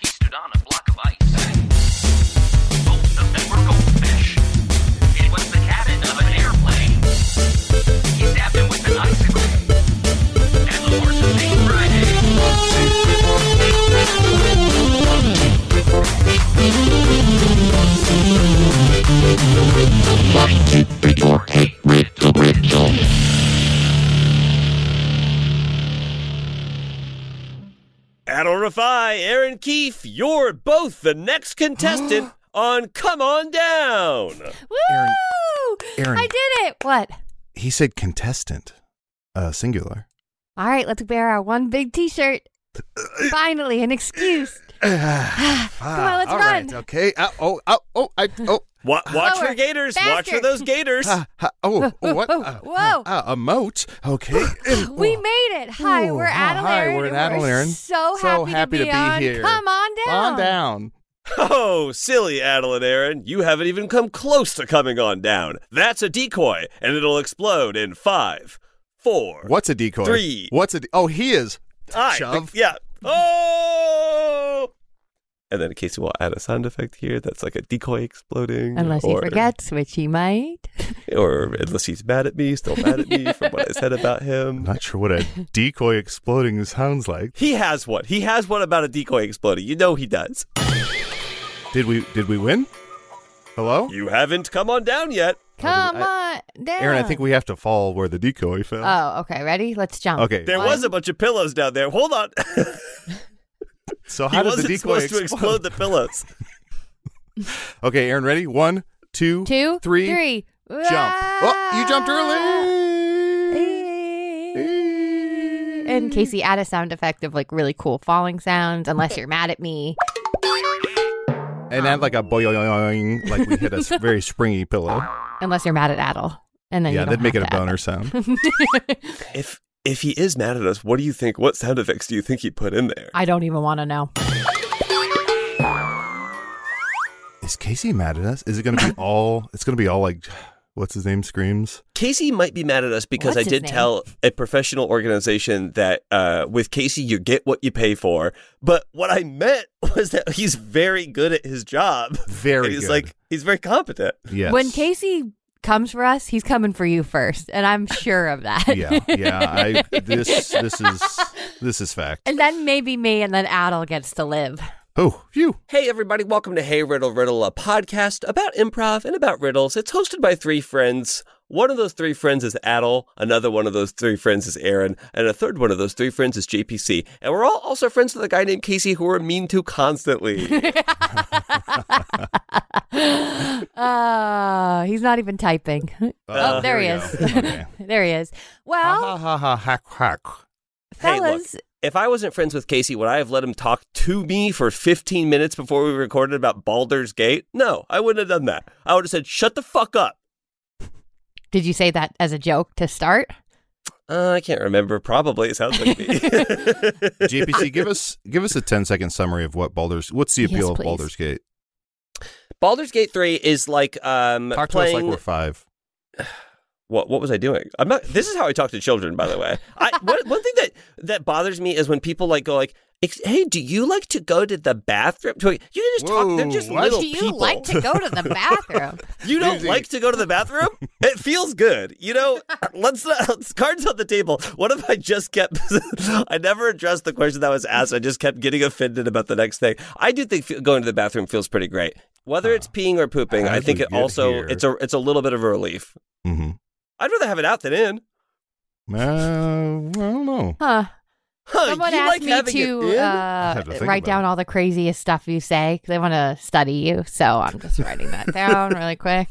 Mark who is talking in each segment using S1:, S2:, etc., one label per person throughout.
S1: He stood on a block of ice. Both of them were goldfish. It was the cabin of an airplane. He stabbed him with an icicle. And the horses came riding.
S2: Adol Rafai, Aaron Keefe, you're both the next contestant on Come On Down.
S3: Woo!
S4: Aaron- Aaron.
S3: I did it. What?
S4: He said contestant, uh, singular.
S3: All right, let's wear our one big T-shirt. Finally, an excuse.
S4: Come
S3: on, let's run.
S4: Ah, okay. Uh, oh, oh, oh, I, oh,
S2: Wa- watch
S3: Lower,
S2: for gators. Watch
S3: faster.
S2: for those gators.
S4: ah, ha, oh, oh, what?
S3: Whoa,
S4: Uh,
S3: whoa.
S4: uh, uh, a moat. Okay.
S3: We made it. Hi,
S4: Ooh,
S3: we're
S4: hi,
S3: Adelaide.
S4: hi, we're
S3: and
S4: at Adelarin.
S3: So happy,
S4: to be
S3: on.
S4: here.
S3: Come on down.
S4: On down.
S2: Oh, silly Adel and Aaron, you haven't even come close to coming on down. That's a decoy, and it'll explode in five, four.
S4: What's a decoy?
S2: Three.
S4: What's a? De- oh, he is.
S2: I,
S4: Shove.
S2: Yeah. Oh. And then, in case you want to add a sound effect here, that's like a decoy exploding.
S3: Unless he
S2: or-
S3: forgets, which he might.
S2: Or unless he's mad at me, still mad at me from what I said about him.
S4: I'm not sure what a decoy exploding sounds like.
S2: He has one. He has one about a decoy exploding. You know he does.
S4: Did we? Did we win? Hello.
S2: You haven't come on down yet.
S3: Come on down.
S4: Aaron, I think we have to fall where the decoy fell.
S3: Oh, okay. Ready? Let's jump.
S4: Okay.
S2: There was a bunch of pillows down there. Hold on.
S4: so
S2: he
S4: how did the
S2: wasn't
S4: decoy
S2: supposed to explode the pillows.
S4: Okay, Aaron, ready? One, two,
S3: Two,
S4: three,
S3: three.
S4: jump. Oh, you jumped early.
S3: And Casey, add a sound effect of like really cool falling sounds, unless you're mad at me.
S4: And add like a boing, like we hit a s- very springy pillow.
S3: Unless you're mad at Adel. And then
S4: yeah,
S3: you
S4: that'd
S3: don't
S4: make it
S3: have
S4: a
S3: to add
S4: boner sound.
S2: If if he is mad at us, what do you think? What sound effects do you think he put in there?
S3: I don't even want to know.
S4: Is Casey mad at us? Is it going to be all? It's going to be all like, what's his name? Screams.
S2: Casey might be mad at us because
S3: What's
S2: I
S3: his
S2: did
S3: name?
S2: tell a professional organization that uh, with Casey you get what you pay for. But what I meant was that he's very good at his job.
S4: Very.
S2: he's
S4: good.
S2: like he's very competent.
S4: yes.
S3: When Casey comes for us, he's coming for you first, and I'm sure of that.
S4: Yeah, yeah. I, this this is this is fact.
S3: And then maybe me, and then Adel gets to live.
S4: Oh, phew.
S2: Hey, everybody, welcome to Hey Riddle Riddle, a podcast about improv and about riddles. It's hosted by three friends. One of those three friends is Adel, another one of those three friends is Aaron, and a third one of those three friends is JPC. And we're all also friends with a guy named Casey who we're mean to constantly.
S3: Oh, he's not even typing. oh, there he
S4: Uh, here
S3: is.
S4: we go. Okay.
S3: there he is. Well,
S4: Ha ha ha ha hack hack.
S2: Uh-huh. Hey, look.
S3: fellas,
S2: if I wasn't friends with Casey, would I have let him talk to me for 15 minutes before we recorded about Baldur's Gate? No, I wouldn't have done that. I would have said, shut the fuck up.
S3: did you say that as a joke to start?
S2: Uh, I can't remember. Probably. It sounds like me.
S4: JPC, give us give us a 10 second summary of what Baldur's. What's the
S3: Yes,
S4: appeal
S3: please.
S4: of Baldur's Gate?
S2: Baldur's Gate 3 is like um
S4: Talk to us
S2: playing
S4: like we're five.
S2: what what was I doing? I'm not this is how I talk to children by the way. I one, one thing that that bothers me is when people like go like "Ex- hey, do you like to go to the bathroom? You can just talk they're
S4: Whoa,
S2: just
S4: what?
S2: little
S3: Do you
S2: people.
S3: like to go to the bathroom?
S2: You don't
S4: Easy.
S2: like to go to the bathroom? It feels good. You know, let's, not- let's cards on the table. What if I just kept I never addressed the question that was asked. I just kept getting offended about the next thing. I do think fe- going to the bathroom feels pretty great. Whether it's peeing or pooping,
S4: how
S2: I
S4: did
S2: think
S4: we
S2: it
S4: get
S2: also
S4: Ah, here?
S2: it's a it's a little bit of a relief.
S4: Mm-hmm.
S2: I'd rather have it out than in.
S4: Uh, I don't know.
S3: Huh.
S2: Huh,
S3: Someone
S2: Oh, you
S3: asked
S2: like
S3: me
S2: having it
S3: to,
S2: in?
S4: I'd
S3: uh,
S4: have to think
S3: write
S4: about
S3: down
S4: it.
S3: all the craziest stuff you say because I want to study you. So I'm just writing that down really quick.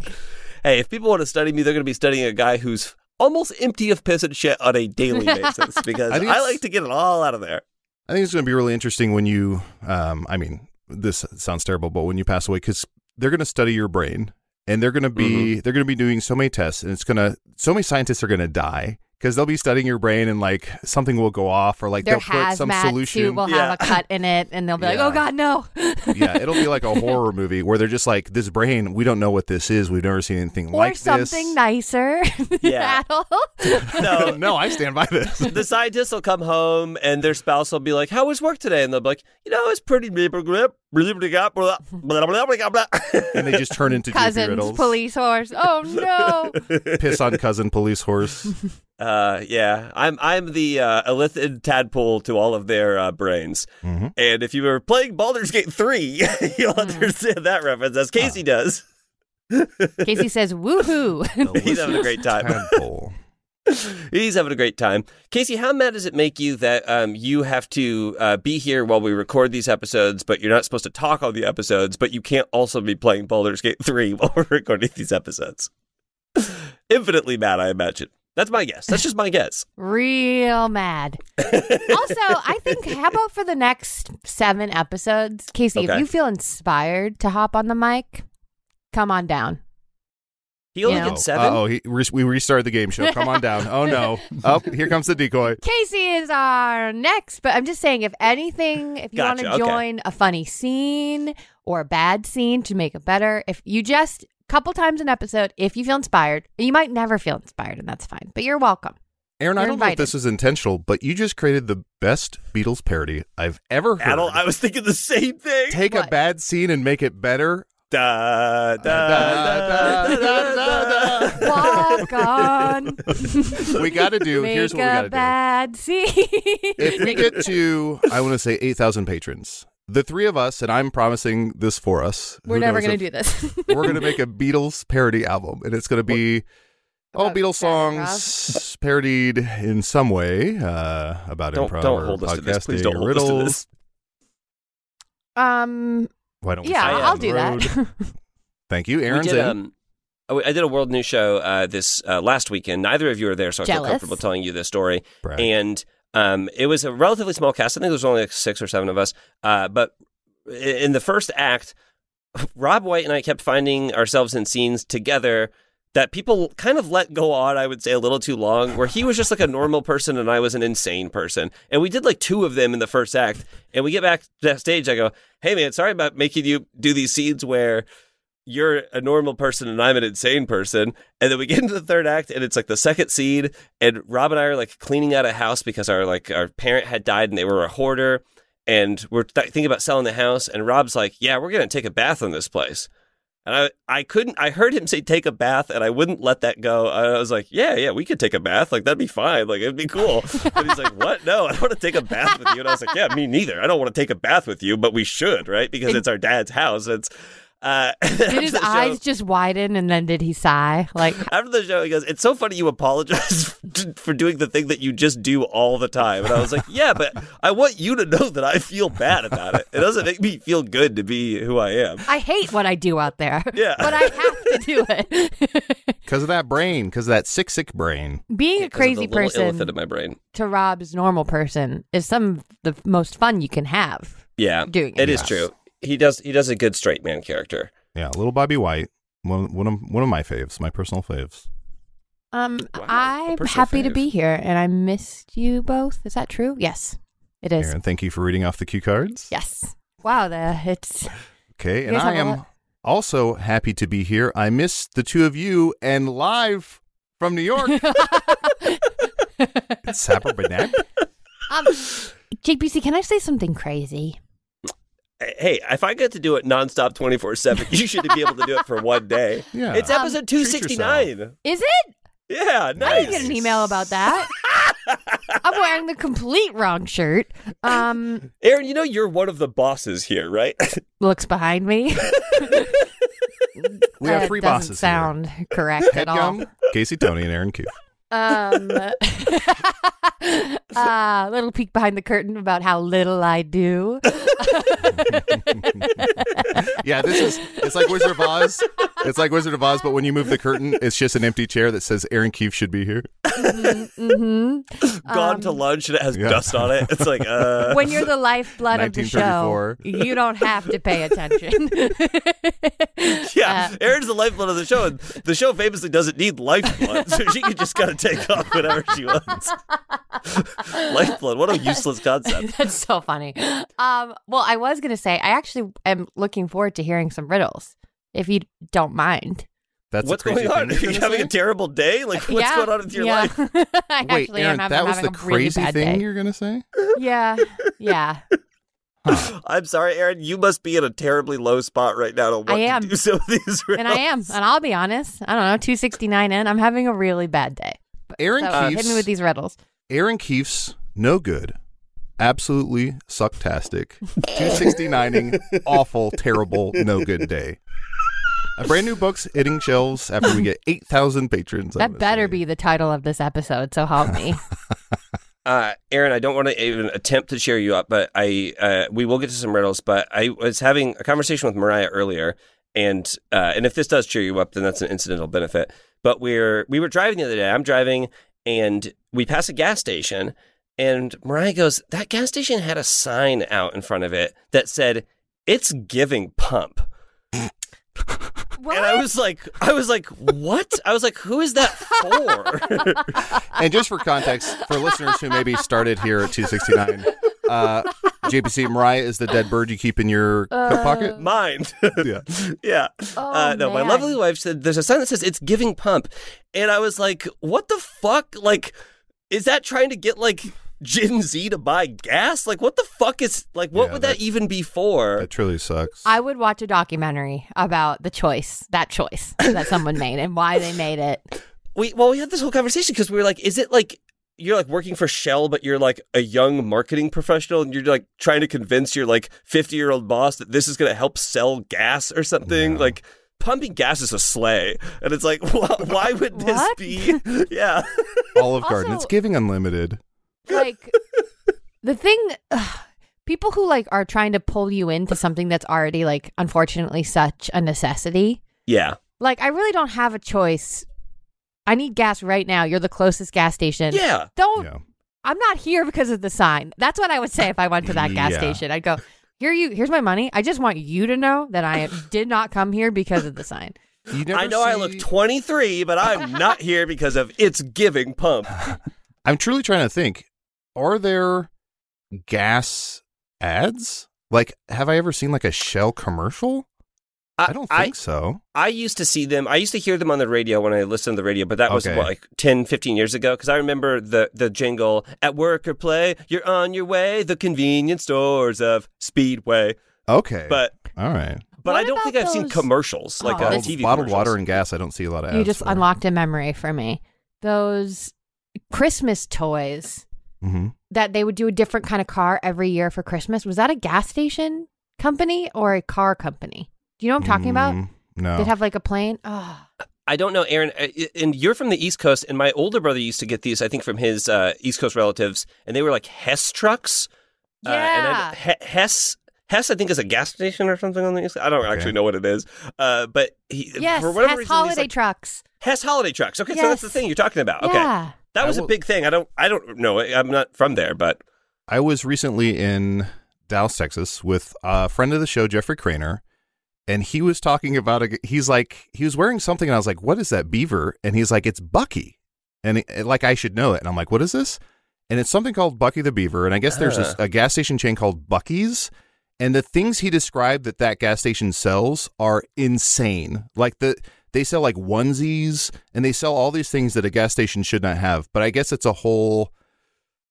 S2: hey, if people want to study me, they're going to be studying a guy who's almost empty of piss and shit on a daily basis because
S4: I
S2: I,
S4: think it's-
S2: like to get it all out of there.
S4: I think it's going to be really interesting when you, um, I mean, this sounds terrible, but when you pass away, because they're going to study your brain and they're going to be, they're going to be doing so many tests and it's going to, so many scientists are going to die because they'll be studying your brain and like something will go off or like
S3: Their
S4: they'll put some
S3: hazmat
S4: solution.
S3: suit will
S2: Yeah.
S3: have a cut in it, and they'll be like,
S4: Yeah.
S3: "Oh God, no!"
S4: yeah, it'll be like a horror movie where they're just like, this brain, we don't know what this is. We've never seen anything
S3: or
S4: like
S3: something
S4: this.
S3: nicer.
S2: Yeah.
S3: That'll-
S2: No,
S4: no, I stand by this.
S2: the scientists will come home and their spouse will be like, "How was work today?" And they'll be like, "You know, it's pretty blah blah blah blah blah blah blah blah blah blah."
S4: and they just turn into Jimmy
S3: Cousins,
S4: Riddles.
S3: police horse. Oh no!
S4: Piss on cousin police horse.
S2: Uh, yeah, I'm I'm the uh, elithid tadpole to all of their uh, brains.
S4: Mhm.
S2: And if you were playing Baldur's Gate three, you'll understand that reference as Casey does.
S3: Casey says, "Woohoo!"
S2: He's having a great time.
S4: Tadpole.
S2: He's having a great time. Casey, how mad does it make you that um, you have to uh, be here while we record these episodes, but you're not supposed to talk on the episodes, but you can't also be playing Baldur's Gate 3 while we're recording these episodes? Infinitely mad, I imagine. That's my guess. That's just my guess.
S3: Real mad. also, I think how about for the next seven episodes, Casey?
S2: Okay.
S3: If you feel inspired to hop on the mic, come on down.
S2: He only
S3: Yeah.
S2: gets seven?
S4: Oh, he re- we restarted the game show. Come on down. Oh no. Oh, here comes the decoy.
S3: Casey is our next, but I'm just saying, if anything, if you
S2: Gotcha,
S3: want
S2: okay.
S3: to join a funny scene or a bad scene to make it better, if you just couple times an episode, if you feel inspired, you might never feel inspired, and that's fine. But you're welcome.
S4: Aaron, I
S3: You're
S4: don't know if
S3: invited.
S4: this was intentional, but you just created the best Beatles parody I've ever heard.
S2: Adult, I was thinking the same thing.
S4: Take a
S3: What?
S4: bad scene and make it better.
S2: Da, da, da, da, da, da.
S3: Walk on.
S4: We got to do.
S3: make
S4: here's what we
S3: a
S4: got to do.
S3: bad scene.
S4: If we get to, I want to say eight thousand patrons. The three of us, and I'm promising this for us.
S3: We're never going to do this.
S4: We're going to make a Beatles parody album, and it's going to be all
S3: About
S4: Beatles
S3: Jack and
S4: songs parodied in some way uh, about
S2: Don't,
S4: improv
S2: don't
S4: or
S2: hold us to this. Please
S4: podcasting
S2: don't
S4: or
S2: hold
S4: riddles.
S2: us to this.
S3: um,
S4: Why don't we
S3: yeah,
S4: start
S2: I
S4: on
S3: I'll
S4: the
S3: do
S4: road?
S3: that.
S4: Thank you,
S2: We
S4: Aaron's
S2: did,
S4: in.
S2: um, I I did a world news show uh, this uh, last weekend. Neither of you were there, so I feel
S3: Jealous.
S2: comfortable telling you this story.
S4: Brad.
S2: And um, it was a relatively small cast. I think there was only like six or seven of us. Uh, but i- in the first act, Rob White and I kept finding ourselves in scenes together that people kind of let go on, I would say, a little too long, where he was just like a normal person and I was an insane person. And we did like two of them in the first act. And we get back backstage, I go, hey, man, sorry about making you do these scenes where you're a normal person and I'm an insane person. And then we get into the third act and it's like the second scene and Rob and I are like cleaning out a house because our like our parent had died and they were a hoarder and we're th- thinking about selling the house and Rob's like, "Yeah, we're going to take a bath in this place." And I I couldn't I heard him say take a bath and I wouldn't let that go. And I was like, "Yeah, yeah, we could take a bath. Like that'd be fine. Like it'd be cool." but he's like, "What? No, I don't want to take a bath with you." And I was like, "Yeah, me neither. I don't want to take a bath with you, but we should, right? Because it's our dad's house." It's uh,
S3: Did his eyes just widen and then did he sigh? Like,
S2: After the show, he goes, It's so funny you apologize for doing the thing that you just do all the time. And I was like, Yeah, but I want you to know that I feel bad about it. It doesn't make me feel good to be who I am.
S3: I hate what I do out there.
S2: Yeah.
S3: But I have to do it.
S4: Because of that brain, because of that sick, sick brain.
S3: Being a crazy
S2: Because of the little illithid
S3: person
S2: in my brain.
S3: to Rob's normal person is some of the most fun you can have.
S2: Yeah.
S3: Doing
S2: it
S3: it.
S2: is true. He does he does a good straight man character.
S4: Yeah, little Bobby White, one one of one of my faves, my personal faves.
S3: Um,
S2: Wow, a
S3: I'm
S2: personal
S3: happy to
S2: fave.
S3: be here and I missed you both. Is that true? Yes, it is.
S4: Aaron, thank you for reading off the cue cards.
S3: Yes. Wow, the, it's
S4: Okay, and
S3: guys have
S4: I
S3: a
S4: am
S3: lot-
S4: also happy to be here. I miss the two of you and live from New York. it's Sapperbanak.
S3: um, JPC. Can I say something crazy?
S2: Hey, if I get to do it nonstop twenty four seven, you should be able to do it for one day.
S4: Yeah.
S2: It's
S3: Um,
S2: episode two sixty nine.
S3: Is it?
S2: Yeah, nice.
S3: I didn't get an email about that. I'm wearing the complete wrong shirt. Um,
S2: Aaron, you know you're one of the bosses here, right?
S3: looks behind me.
S4: We have
S3: That doesn't
S4: three bosses here.
S3: Sound correct at all.
S4: Headgum, Casey, Tony, and Aaron Q.
S3: Um, uh, little peek behind the curtain about how little I do.
S4: Yeah, this is it's like Wizard of Oz. It's like Wizard of Oz, but when you move the curtain, it's just an empty chair that says Aaron Keefe should be here.
S3: hmm
S2: Gone to lunch and it has
S4: yeah.
S2: dust on it. It's like, uh,
S3: When you're the lifeblood of the show,
S4: 1934.
S3: you don't have to pay attention. Uh,
S2: yeah, Erin's the lifeblood of the show, and the show famously doesn't need lifeblood, so she can just kind of take off whenever she wants. lifeblood, what a useless concept.
S3: That's so funny. Um, well, I was gonna say I actually am looking forward to hearing some riddles, if you don't mind.
S4: That's a
S2: what's
S4: crazy
S2: going on? Are
S4: thing to
S2: you
S4: say.
S2: having a terrible day? Like, what's
S3: Yeah,
S2: going on with your
S3: yeah.
S2: life?
S3: I
S4: Wait,
S3: actually
S4: Aaron,
S3: am. I'm
S4: that was
S3: having
S4: the
S3: a really
S4: crazy
S3: bad
S4: thing
S3: day.
S4: you're gonna say.
S3: Yeah, yeah.
S2: I'm sorry, Aaron. You must be in a terribly low spot right now. To want
S3: I am.
S2: to do some of these.
S3: and I am, and I'll be honest. I don't know, two sixty nine in. I'm having a really bad day.
S4: Aaron
S3: So hit
S4: Keefe's-
S3: me with these riddles.
S4: Aaron Keefe's no good, absolutely sucktastic, 269ing, awful, terrible, no good day. A brand new book's hitting shelves after we get 8,000 patrons. I'm
S3: That
S4: gonna
S3: better
S4: say.
S3: be the title of this episode. So help me.
S2: uh, Aaron, I don't want to even attempt to cheer you up, but I uh, we will get to some riddles. But I was having a conversation with Mariah earlier, and uh, and if this does cheer you up, then that's an incidental benefit. But we're we were driving the other day. I'm driving, and we pass a gas station, and Mariah goes, "That gas station had a sign out in front of it that said." It's giving pump. And I was like, I was like, what? I was like, who is that for?
S4: And just for context, for listeners who maybe started here at 269, uh, JPC Mariah is the dead bird you keep in your
S3: Uh,
S4: coat pocket.
S2: Mind.
S4: Yeah.
S2: yeah. uh, no, my
S3: Oh, man.
S2: lovely wife said there's a sign that says it's giving pump. And I was like, what the fuck? Like, is that trying to get like Gen Z to buy gas? Like, what the fuck is like, what
S4: Yeah,
S2: would that,
S4: that-
S2: even be for?
S4: That truly sucks.
S3: I would watch a documentary about the choice, that choice that someone made, and why they made it.
S2: we, well, we had this whole conversation because we were like, is it like, you're like working for Shell, but you're like a young marketing professional and you're like trying to convince your like 50 year old boss that this is going to help sell gas or something. Like, pumping gas is a sleigh. And it's like, wh- why would this
S3: What?
S2: be? Yeah.
S4: Olive Garden,
S3: Also-
S4: it's giving unlimited.
S3: like the thing ugh, people who like are trying to pull you into something that's already like unfortunately such a necessity
S2: Yeah.
S3: like i really don't have a choice i need gas right now you're the closest gas station
S2: Yeah.
S3: don't
S4: Yeah.
S3: i'm not here because of the sign that's what i would say if i went to that gas
S4: Yeah.
S3: station i'd go here you here's my money i just want you to know that i did not come here because of the sign
S4: You never
S2: I know I look
S4: see-
S2: 23, but I'm not here because of its giving pump.
S4: I'm truly trying to think. Are there gas ads? Like, have I ever seen like a Shell commercial? I, don't think so.
S2: I, used to see them. I used to hear them on the radio when I listened to the radio, but that was
S4: Okay.
S2: what, like 10, 15 years ago. Because I remember the, the jingle at work or play, you're on your way, the convenience stores of Speedway.
S4: Okay,
S2: But
S4: all right.
S2: but
S3: What
S2: I don't
S3: about
S2: think I've seen
S3: those-
S2: commercials, like
S3: Oh,
S2: uh,
S3: that's-
S2: TV
S4: bottled
S2: commercials.
S4: water and gas. I don't see a lot of.
S3: you
S4: ads
S3: just
S4: for.
S3: unlocked a memory for me those christmas toys
S4: Mhm.
S3: that they would do a different kind of car every year for Christmas. Was that a gas station company or a car company? Do you know what I'm talking about?
S4: Mm, No,
S3: They'd have like a plane. Oh,
S2: I don't know, Aaron. uh, y- And you're from the East Coast, and my older brother used to get these. I think from his uh, East Coast relatives, and they were like Hess trucks. Uh, and I,
S3: Yeah.
S2: He- Hess. Hess, I think, is a gas station or something on the East. I don't
S4: Okay.
S2: actually know what it is, uh, but he,
S3: yes.
S2: for whatever
S3: Hess
S2: reason,
S3: holiday
S2: he's like,
S3: trucks.
S2: Hess holiday trucks. Okay, so that's the
S3: Yes.
S2: thing you're talking about. Okay,
S3: Yeah.
S2: that
S4: I
S2: was a
S4: will-
S2: big thing. I don't, I don't know. it. I'm not from there, but
S4: I was recently in Dallas, Texas, with a friend of the show, Jeffrey Craner, and he was talking about a. He's like, he was wearing something, and I was like, "What is that beaver?" And he's like, "It's Bucky," and he- like I should know it, and I'm like, "What is this?" And it's something called Bucky the Beaver, and I guess there's
S2: Ah.
S4: a, a gas station chain called Bucky's, and the things he described that that gas station sells are insane. Like the they sell like onesies, and they sell all these things that a gas station should not have. But I guess it's a whole.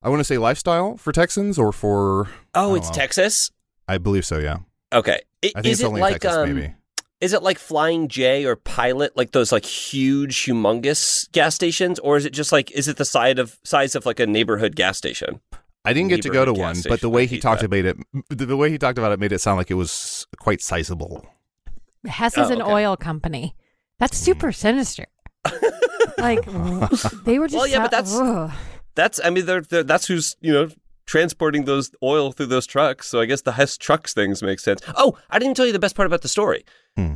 S4: I want to say lifestyle for Texans or for
S2: oh,
S4: Oh,
S2: it's
S4: wow.
S2: Texas.
S4: I believe so, yeah.
S2: Okay, I-
S4: I think
S2: is
S4: it's
S2: it
S4: only in
S2: like
S4: Texas
S2: um,
S4: maybe.
S2: Is it like Flying J or Pilot, like those like huge, humongous gas stations, or is it just like is it the side of size of like a neighborhood gas station?
S4: I didn't get to go to
S2: neighborhood gas
S4: one, but the
S2: station, I
S4: way he
S2: hate
S4: talked
S2: that.
S4: about it, the, the way he talked about it made it sound like it was quite sizable.
S3: Hess
S2: Oh,
S3: is an
S2: okay.
S3: oil company. That's super sinister. Like they were just.
S2: Well, yeah,
S3: so-
S2: but that's-
S3: ugh.
S2: That's I mean, they're, they're, that's who's you know transporting those oil through those trucks. So I guess the Hess trucks things make sense. Oh, I didn't tell you the best part about the story.
S4: Hmm.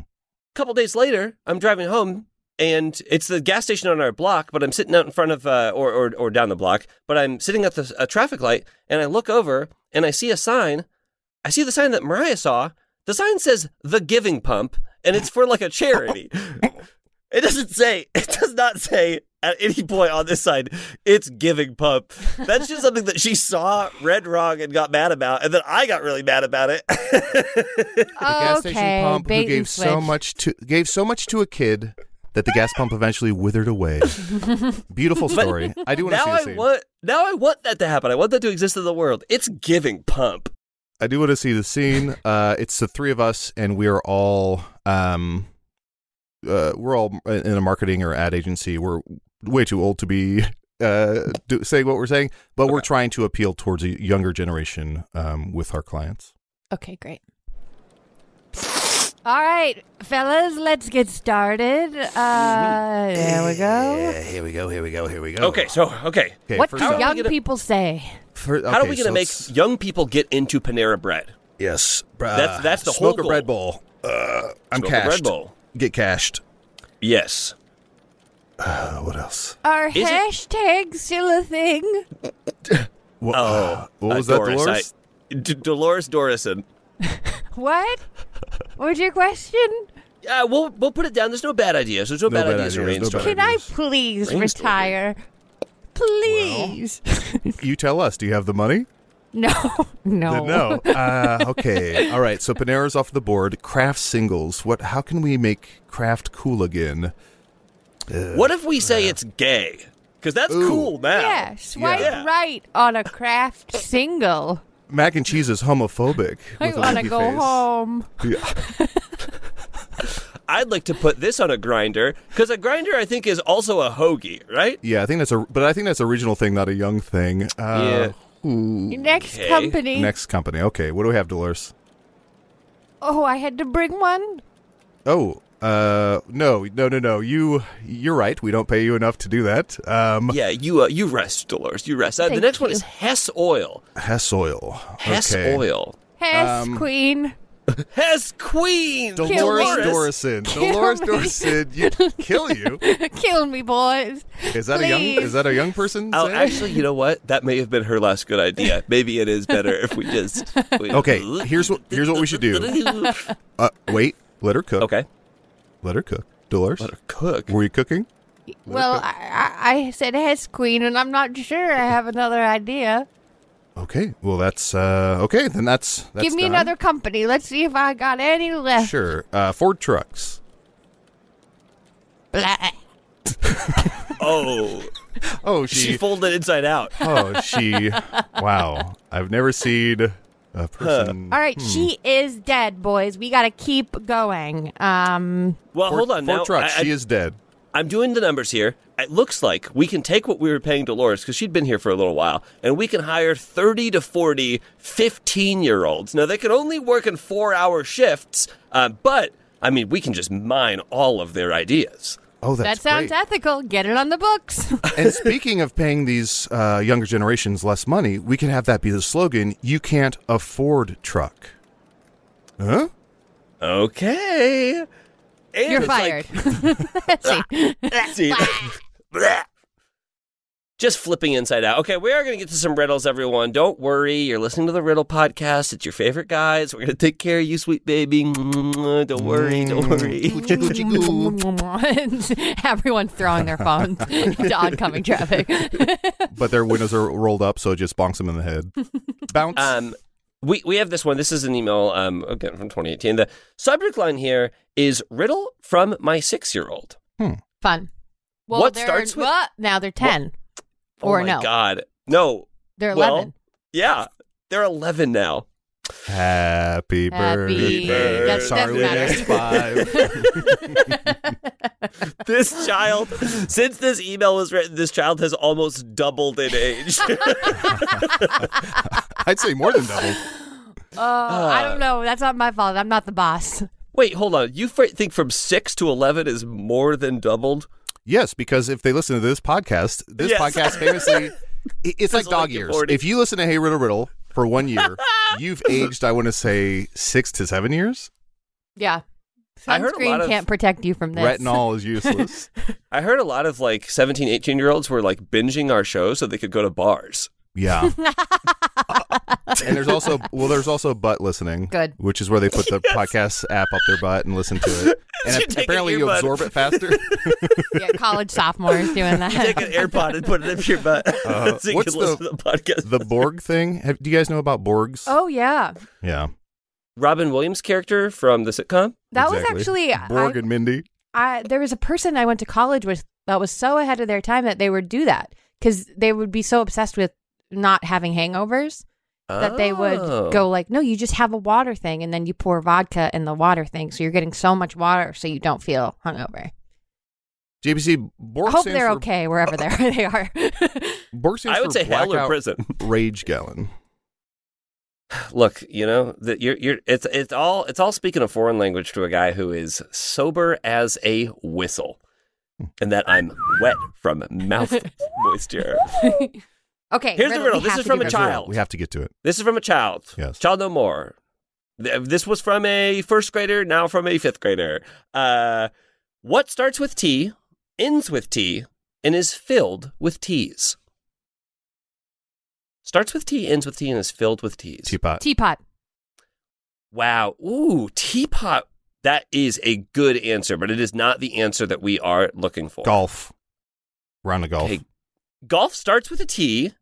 S2: couple days later, I'm driving home. And it's the gas station on our block, but I'm sitting out in front of, uh, or, or or down the block, but I'm sitting at the a traffic light, and I look over and I see a sign. I see the sign that Mariah saw. The sign says "The Giving Pump," and it's for like a charity. It doesn't say. It does not say at any point on this side. It's giving pump. That's just something that she saw, read wrong, and got mad about, and then I got really mad about it.
S4: the gas station
S3: okay,
S4: pump
S3: bait
S4: who
S3: and
S4: gave so
S3: switch.
S4: much to gave so much to a kid that the gas pump eventually withered away. Beautiful story. I do want to
S2: now
S4: see a
S2: I
S4: scene.
S2: want. Now I want that to happen. I want that to exist in the world. It's giving pump.
S4: I do want to see the scene. Uh, it's the three of us, and we are all um, uh, we're all in a marketing or ad agency. We're way too old to be uh, do, saying what we're saying, but we're trying to appeal towards a younger generation um, with our clients.
S3: Okay, great. All right, fellas, let's get started. Uh, there we go.
S4: here we go. Here we go. Here we go.
S2: Okay, so okay,
S4: Okay.
S3: what do
S4: first up-
S3: young
S2: gonna-
S3: people say?
S4: fir-
S2: how are
S4: okay,
S2: we
S4: so
S2: going to make
S4: let's-
S2: young people get into Panera Bread?
S4: Yes,
S2: That's- that's the
S4: smoke
S2: whole
S4: a Red Bull. Uh, I'm
S2: Smoke a Red
S4: cashed.
S2: Bull.
S4: Get cashed.
S2: Yes.
S4: Uh, what else?
S3: Are
S2: it-
S3: hashtags still a thing?
S4: What,
S2: Oh,
S4: what
S2: uh,
S4: was that,
S2: Doris, I-
S4: Dolores?
S2: D- Dolores Dorison.
S3: What? what was your question?
S2: Yeah, we'll we'll put it down. There's no bad ideas. There's no,
S4: No
S2: bad,
S4: bad
S2: ideas, or
S4: ideas, no
S2: rainstorm.
S4: bad
S3: Can I
S4: Yes.
S3: please
S2: Brainstorming.
S3: retire? Please.
S4: You tell us. Do you have the money?
S3: no. No.
S4: Then No. Uh, okay. All right. So Panera's off the board. Craft singles. What? How can we make craft cool again?
S2: What if we say it's gay? Because that's
S4: Ooh.
S2: cool now.
S3: Yeah, swipe
S2: Yeah.
S3: right on a craft single.
S4: Mac and cheese is homophobic.
S3: I
S4: with a
S3: want to
S4: winky
S3: go
S4: face.
S3: home.
S4: Yeah.
S2: I'd like to put this on a grinder because a grinder, I think, is also a hoagie, right?
S4: Yeah, I think that's a. But I think that's a regional thing, not a young thing. Uh,
S3: Your next
S2: Okay.
S3: company.
S4: Next company. Okay. What do we have, Dolores?
S3: Oh, I had to bring one.
S4: Oh, uh, no, no, no, no. You, you're right. We don't pay you enough to do that. Um,
S2: Yeah, you uh, you rest, Dolores. You rest. Uh, the
S3: Thank
S2: next one
S3: you.
S2: is Hess Oil.
S4: Hess oil.
S2: Hess
S4: okay.
S2: Oil.
S3: Hess
S4: Um,
S3: queen.
S2: Hess Queen.
S4: Dolores
S3: me.
S4: Dorison.
S3: Kill
S4: Dolores
S3: me.
S4: Dorison. You kill you.
S3: Kill me, boys.
S4: Is that a young?
S3: Please.
S4: Is that a young person?
S2: Oh,
S4: saying?
S2: actually, you know what? That may have been her last good idea. Maybe it is better if we just. we-
S4: Okay, here's what- here's what we should do. Uh, wait. Let her cook.
S2: okay.
S4: Let her cook. Dolores,
S2: Let her cook.
S4: were you cooking?
S3: Well, I, I I said Hess queen, and I'm not sure I have another idea.
S4: Okay. Well, that's uh, okay. Then that's, that's
S3: Give me
S4: done.
S3: another company. Let's see if I got any left.
S4: Sure. Uh, Ford trucks.
S3: Blah.
S2: Oh,
S4: Oh,
S2: she folded inside out.
S4: oh, she. Wow. I've never seen a person.
S3: All right, she is dead, boys. We gotta keep going. Um,
S2: Well,
S4: Ford-
S2: hold on
S4: Ford
S2: now.
S4: trucks.
S2: I- I-
S4: she is dead.
S2: I'm doing the numbers here. It looks like we can take what we were paying Dolores because she'd been here for a little while, and we can hire 30 to 40 15 year olds. Now, they can only work in four hour shifts, uh, but I mean, we can just mine all of their ideas.
S4: Oh,
S3: that
S4: that's
S3: sounds
S4: great.
S3: ethical. Get it on the books.
S4: and speaking of paying these uh, younger generations less money, we can have that be the slogan: "You can't afford truck." Huh?
S2: Okay. And
S3: You're
S2: it's like-
S3: fired. That's it.
S2: See? Blah. Just flipping inside out. Okay, we are going to get to some riddles, everyone. Don't worry. You're listening to the Riddle Podcast. It's your favorite guys. We're going to take care of you, sweet baby. Don't worry. Don't worry.
S3: Everyone's throwing their phones into oncoming traffic.
S4: But their windows are rolled up, so it just bonks them in the head. Bounce.
S2: Um, we, we have this one. This is an email um, again from 2018. The subject line here is Riddle from my six year old.
S3: Fun. Well,
S2: What
S3: they're-
S2: starts with-
S3: well, now they're ten
S2: Oh,
S3: or
S2: my
S3: no,
S2: God. No.
S3: they're
S2: Well,
S3: eleven.
S2: Yeah. They're 11 now.
S4: happy,
S3: Happy-
S4: birthday.
S3: That's-
S4: Sorry,
S3: doesn't
S4: we
S3: matter.
S4: missed five.
S2: This child, since this email was written, this child has almost doubled in age.
S4: I'd say more than double.
S3: Oh, I
S2: uh,
S3: don't know. That's not my fault. I'm not the boss.
S2: Wait, hold on. You fr- think from six to eleven is more than doubled?
S4: Yes, because if they listen to this podcast, this
S2: Yes.
S4: podcast famously, i- it's like
S2: Fizzle like
S4: dog
S2: you're
S4: years.
S2: 40.
S4: If you listen to Hey Riddle Riddle for one year, you've aged, I want to say, six to seven years.
S3: Yeah.
S2: I heard a lot
S3: Sunscreen
S2: of-
S3: can't protect you from this.
S4: Retinol is useless.
S2: I heard a lot of like 17, 18 year olds were like binging our show so they could go to bars.
S4: yeah. and there's also well, there's also butt listening,
S3: Good.
S4: which is where they put the podcast app up their butt and listen to it. And
S2: You take an
S4: apparently, you
S2: earbud.
S4: absorb it faster.
S3: yeah, college sophomores doing that.
S2: Take an AirPod and put it up your butt
S4: Uh,
S2: so you
S4: what's
S2: can listen
S4: the-
S2: to the podcast.
S4: the Borg thing. Have, do you guys know about Borgs?
S3: oh yeah.
S4: Yeah,
S2: Robin Williams character from the sitcom.
S3: That
S4: exactly.
S3: was actually
S4: Borg
S3: I,
S4: and Mindy.
S3: I there was a person I went to college with that was so ahead of their time that they would do that cuz they would be so obsessed with not having hangovers that they would
S2: Oh.
S3: go like, "No, you just have a water thing and then you pour vodka in the water thing so you're getting so much water so you don't feel hungover."
S4: JBC Borg.
S3: I hope
S4: stands
S3: they're
S4: for-
S3: okay wherever they're, they are.
S4: Borg stands
S2: I would
S4: for
S2: say hell or
S4: blackout
S2: prison.
S4: Rage gallon.
S2: Look, you know that you're you're it's it's all it's all speaking a foreign language to a guy who is sober as a whistle, and that I'm wet from mouth moisture.
S3: okay.
S2: Here's the riddle.
S3: we
S2: This
S3: have
S2: is
S3: to
S2: from
S3: do
S2: a
S3: riddle.
S2: child.
S4: We have to get to it.
S2: This is from a child.
S4: Yes.
S2: Child no more. Th- This was from a first grader, now from a fifth grader. Uh, what starts with T, ends with T, and is filled with T's? Starts with T, ends with T, and is filled with T's.
S4: Teapot.
S3: Teapot.
S2: Wow. Ooh, teapot. That is a good answer, but it is not the answer that we are looking for.
S4: golf. Round of golf.
S2: Okay. Golf starts with a T.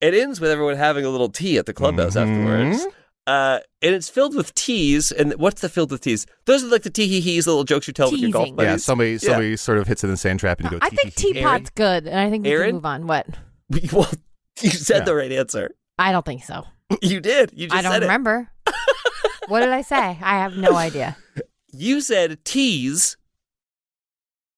S2: It ends with everyone having a little tea at the clubhouse
S4: Mhm.
S2: afterwards. Uh, and it's filled with teas. And what's the filled with teas? Those are like the tee hee hees, the little jokes you tell with your golf
S3: Teasing.
S4: Yeah,
S2: buddies.
S4: somebody somebody sort of hits it in the sand trap and you go.
S3: I think
S4: "Tee, tee, tee."
S3: teapot's good, and I think we
S2: Aaron?
S3: can move on. What?
S2: well, you said
S4: Yeah.
S2: the right answer.
S3: I don't think so.
S2: You did. You just
S3: I don't
S2: said it.
S3: remember. what did I say? I have no idea.
S2: You said teas.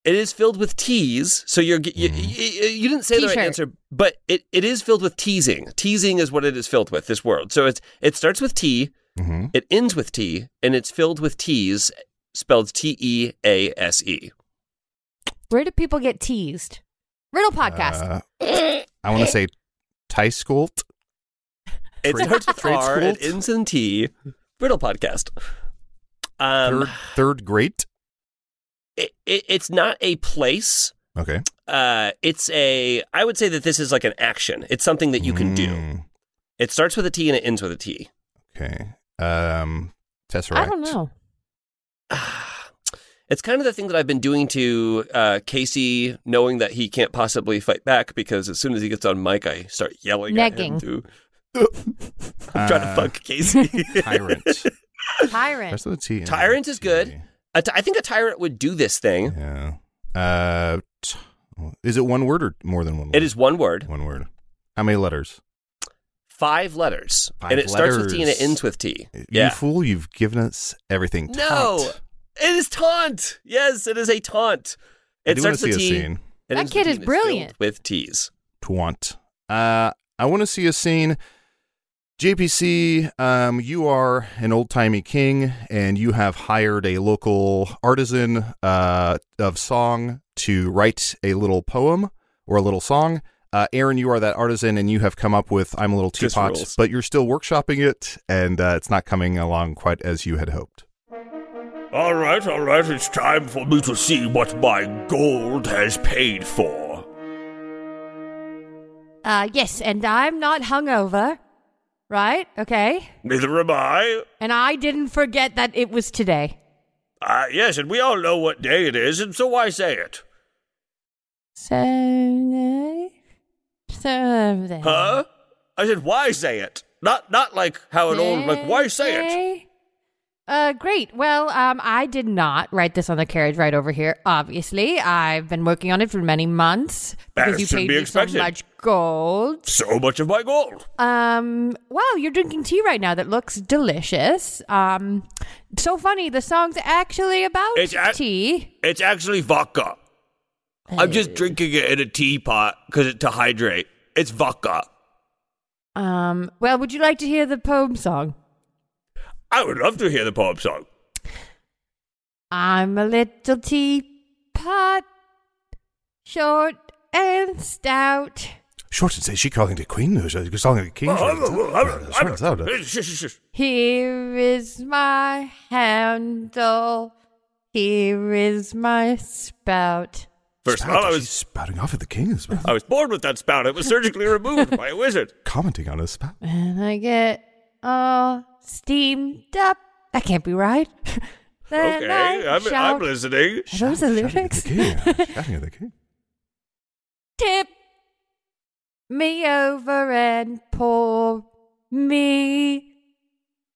S2: It is filled with teas, so you're g- you,
S4: Mm-hmm.
S2: you, you didn't say the right
S3: T-shirt.
S2: answer, but it, it is filled with teasing. Teasing is what it is filled with. This word, so it's it starts with T,
S4: Mhm.
S2: It ends with T and it's filled with T's spelled T E A S E.
S3: Where do people get teased? Riddle podcast.
S4: Uh, I want to say tie school.
S2: It
S4: Trade-
S2: starts with
S4: trade
S2: R, it
S4: schools?
S2: ends in T. Riddle podcast. Um,
S4: Third third grade.
S2: it, it, it's not a place.
S4: Okay.
S2: Uh, it's a. I would say that this is like an action. It's something that you can do.
S4: Mm,
S2: It starts with a T and it ends with a T.
S4: Okay. Um. Tesseract.
S3: I don't know.
S2: It's kind of the thing that I've been doing to uh, Casey, knowing that he can't possibly fight back because as soon as he gets on mic, I start yelling
S3: Negging.
S2: at him. To, I'm trying to
S4: Uh,
S2: fuck Casey.
S4: Tyrant.
S3: Tyrant.
S4: Rest of the T. and
S2: Tyrant is
S4: T.
S2: good. A ty- I think a tyrant would do this thing.
S4: Yeah. Uh. t- is it one word or more than one word?
S2: It is one word,
S4: one word. How many letters?
S2: five letters,
S4: Five
S2: and it starts with T and it
S4: letters.
S2: ends with T.
S4: You
S2: Yeah,
S4: fool! You've given us everything.
S2: No!
S4: Taunt.
S2: it is taunt. Yes, it is a taunt.
S4: I
S2: It
S4: do wanna
S2: starts with
S4: see
S2: T.
S4: a scene.
S2: it
S3: That
S2: ends with
S3: kid
S2: T,
S3: is
S2: and it's filled
S3: brilliant.
S2: with T's.
S4: Twant. Uh, I want to see a scene. JPC, um, you are an old timey king, and you have hired a local artisan uh, of song to write a little poem or a little song. Uh, Aaron, you are that artisan, and you have come up with "I'm a little
S2: Just
S4: teapot,"
S2: rules.
S4: but you're still workshopping it, and uh, it's not coming along quite as you had hoped.
S5: All right, all right, it's time for me to see what my gold has paid for.
S3: Uh, yes, and I'm not hungover, right? Okay.
S5: Neither am I.
S3: And I didn't forget that it was today.
S5: Ah, yes, and we all know what day it is, and so why say it?
S3: Sunday. Sunday.
S5: Huh? I said, why say it? Not, not like how an old like. Why say it?
S3: Okay. Uh, great. Well, um, I did not write this on the carriage right over here. Obviously, I've been working on it for many months because
S5: As
S3: you
S5: should
S3: paid
S5: be
S3: me
S5: expected.
S3: so much gold.
S5: So much of my gold.
S3: Um, wow, you're drinking tea right now. That looks delicious. Um, so funny. The song's actually about
S5: It's ac-
S3: tea.
S5: It's actually vodka. I'm just drinking it in a teapot because it to hydrate. It's vodka.
S3: Um, well, would you like to hear the poem song?
S5: I would love to hear the poem song.
S3: I'm a little teapot. short and stout.
S4: Shorten says she calling the queen, who's calling the king.
S5: Oh,
S3: Here is my handle. Here is my spout.
S5: First of all, I
S4: Spout, she's
S5: was,
S4: spouting off at the king as well.
S5: I was born with that spout. It was surgically removed by a wizard.
S4: Commenting on his spout.
S3: And I get all steamed up. That can't be right. Then
S5: Okay,
S3: I
S5: I'm, I'm
S3: shout,
S5: listening.
S3: Are those the
S4: Shouting at
S3: lyrics?
S4: the king. yeah, Shouting at the king.
S3: Tip me over and pour me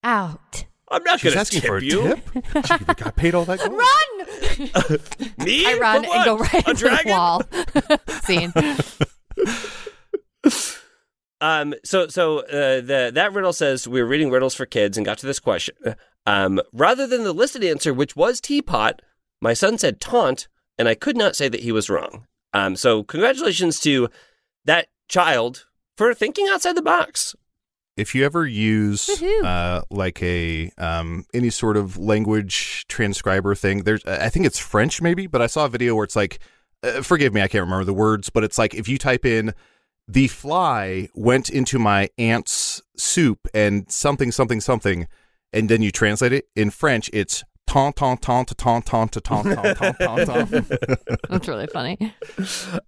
S3: out.
S5: I'm not
S4: She's
S5: going to
S4: asking
S5: tip
S4: for a
S5: you.
S4: tip. She got paid all that gold.
S3: Run!
S5: Me?
S3: I run
S5: For
S3: and go
S5: what?
S3: right
S5: a
S3: into the
S5: dragon?
S3: wall. Scene.
S2: Um, so so uh, the that riddle says we were reading riddles for kids and got to this question. Um, rather than the listed answer, which was teapot, my son said taunt, and I could not say that he was wrong. Um, so congratulations to that child for thinking outside the box.
S4: if you ever use
S3: Woohoo.
S4: uh, like a um, any sort of language transcriber thing, there's I think it's French maybe, but I saw a video where it's like, uh, forgive me, I can't remember the words, but it's like if you type in the fly went into my aunt's soup and something something something, and then you translate it in French, it's ton ton ton ton ton ton ton ton ton ton.
S3: That's really funny.